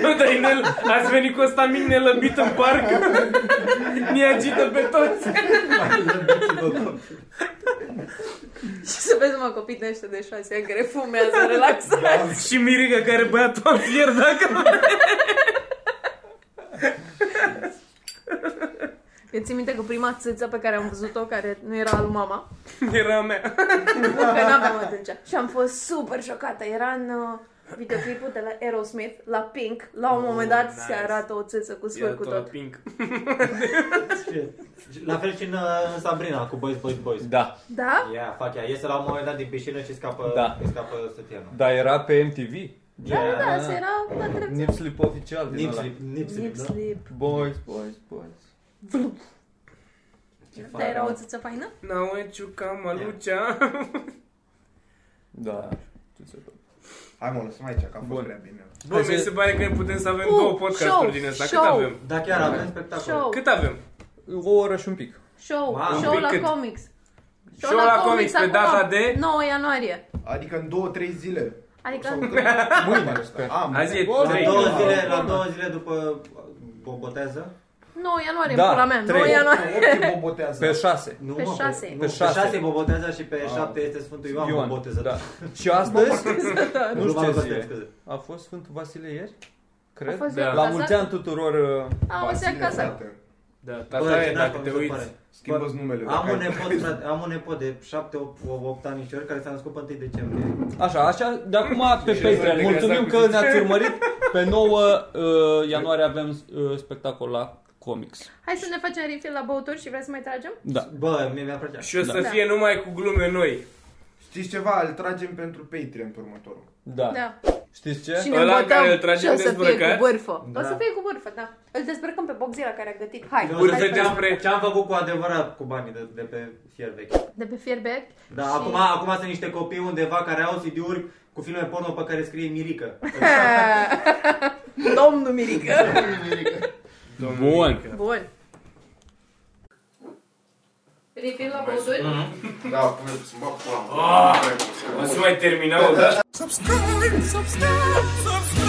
S2: Doamne, ați venit cu ăsta mic nelăbit în parc? Ne agită pe toți.
S1: Mai lăbiți-vă copii.
S3: Și să vezi, mă, copii de ăștia de șase ani care fumează, relaxat.
S2: Și Mirica care băiatul a fier dacă...
S3: Eu țin minte că prima țâță pe care am văzut-o, care nu era al mama,
S2: Era a mea.
S3: Că n-aveam atunci. Și am fost super șocată. Era în uh, videoclipul de la Aerosmith, la Pink. La un
S2: Oh,
S3: moment dat
S2: nice.
S3: se arată o țâță cu
S2: Era
S3: sfâr cu
S2: tot la
S3: tot.
S2: pink.
S1: Și- La fel și în, uh, în Sabrina cu Boys Boys Boys.
S5: Da,
S3: Da?
S1: Ia, fac ea. Iese la un moment dat din piscină și scapă,
S5: Da.
S1: îi scapă sătianul.
S5: dar era pe MTV.
S1: Da,
S6: Da,
S5: da.
S6: da, asta era la televiziune.
S5: Nip Slip oficial din
S1: Nip
S5: ăla.
S1: slip, nip slip,
S3: Nip
S1: da?
S3: slip.
S5: Boys, boys, boys. Ce
S6: Dar
S5: fain.
S6: era o țâță faină?
S2: N-au ciuca malucea.
S5: Da. Ce se tot.
S4: Hai mă, lăsăm aici, că a
S5: Bun.
S4: fost prea bine.
S2: Bă, mi se pare că putem să avem
S3: Uh,
S2: două podcasturi
S3: show,
S2: din asta. Cât
S3: show.
S2: avem?
S1: Da, chiar avem spectacol.
S6: Show,
S2: Cât avem?
S5: O oră și un pic.
S6: show,
S1: Wow.
S6: show
S2: Un pic
S6: la
S2: cât?
S6: comics.
S2: Show la comics pe
S6: acum,
S2: data de...
S6: 9 ianuarie.
S4: Adică în două, trei zile.
S6: Adică
S4: Sau
S6: în-
S4: când? Mâine. Am.
S2: Azi e
S5: Bă,
S1: La
S2: 3.
S1: două zile, la două zile după uh, bobotează.
S6: 9 ianuarie,
S5: Da,
S6: în pula mea, 9
S5: trei.
S6: ianuarie.
S4: Ochi bobotează.
S5: Pe șase.
S1: Nu,
S6: Pe
S1: mă,
S6: șase.
S1: Pe, nu,
S5: Pe
S1: pe
S5: șase.
S1: șase e bobotează și pe șapte este Sfântul Ioan, Ioan boteză.
S5: da. Și astăzi, nu știu ce zi e.
S1: scuze.
S5: A fost Sfântul Vasile ieri?
S6: A
S5: Cred.
S6: fost
S2: Da.
S6: da.
S5: La mulți ani tuturor uh,
S6: A, o să ia acasă.
S2: Da,
S1: Bă,
S2: tata
S1: ce
S2: e, dacă
S1: nașpa,
S2: te
S1: mi se
S2: uiți.
S1: pare.
S4: Schimbă-ți numele.
S1: Am
S4: dacă
S1: un
S4: ai-
S1: nepot, frate, am un nepot de 7-8 anișori care s-a născut pe 1 decembrie.
S5: Așa, așa, de acum pe
S4: Și
S5: Patreon.
S4: rămâne
S5: Mulțumim
S4: exact
S5: că
S4: cu zis.
S5: ne-ați urmărit. Pe 9 uh, ianuarie avem uh, spectacol la comics.
S6: Hai să ne facem refill la băuturi și vrei să mai tragem?
S5: Da.
S1: Bă, mie mi-a plăcea.
S2: Și o să
S6: Da.
S2: fie numai cu glume noi.
S4: Știți ceva? Îl tragem pentru Patreon pe următorul.
S5: Da.
S6: Da.
S5: Știți ce?
S3: Și ne
S2: Ăla în care îl
S3: îmbătăm
S2: tragem
S3: și o să fie
S2: dezbrăcat?
S3: cu vârfă.
S6: O să fie cu vârfă, da. Îl dezbrăcăm pe Boxila care a gătit. Hai,
S1: Eu
S2: Urfe
S1: zic ce-am-
S2: despre-
S1: Ce-am făcut cu adevărat cu banii de, de pe fier vechi.
S6: de pe fierbec.
S1: Da,
S6: Și-
S1: acum, acum sunt niște copii undeva care au CD-uri cu filme porno pe care scrie Mirica.
S6: Da.
S3: Domnul Mirică.
S5: Bun.
S3: Bun. Refill la băuturi?
S4: Da, pune să-mi bag pula. mă.
S2: O să mai terminăm, da?
S7: Subscribe, subscribe, subscribe.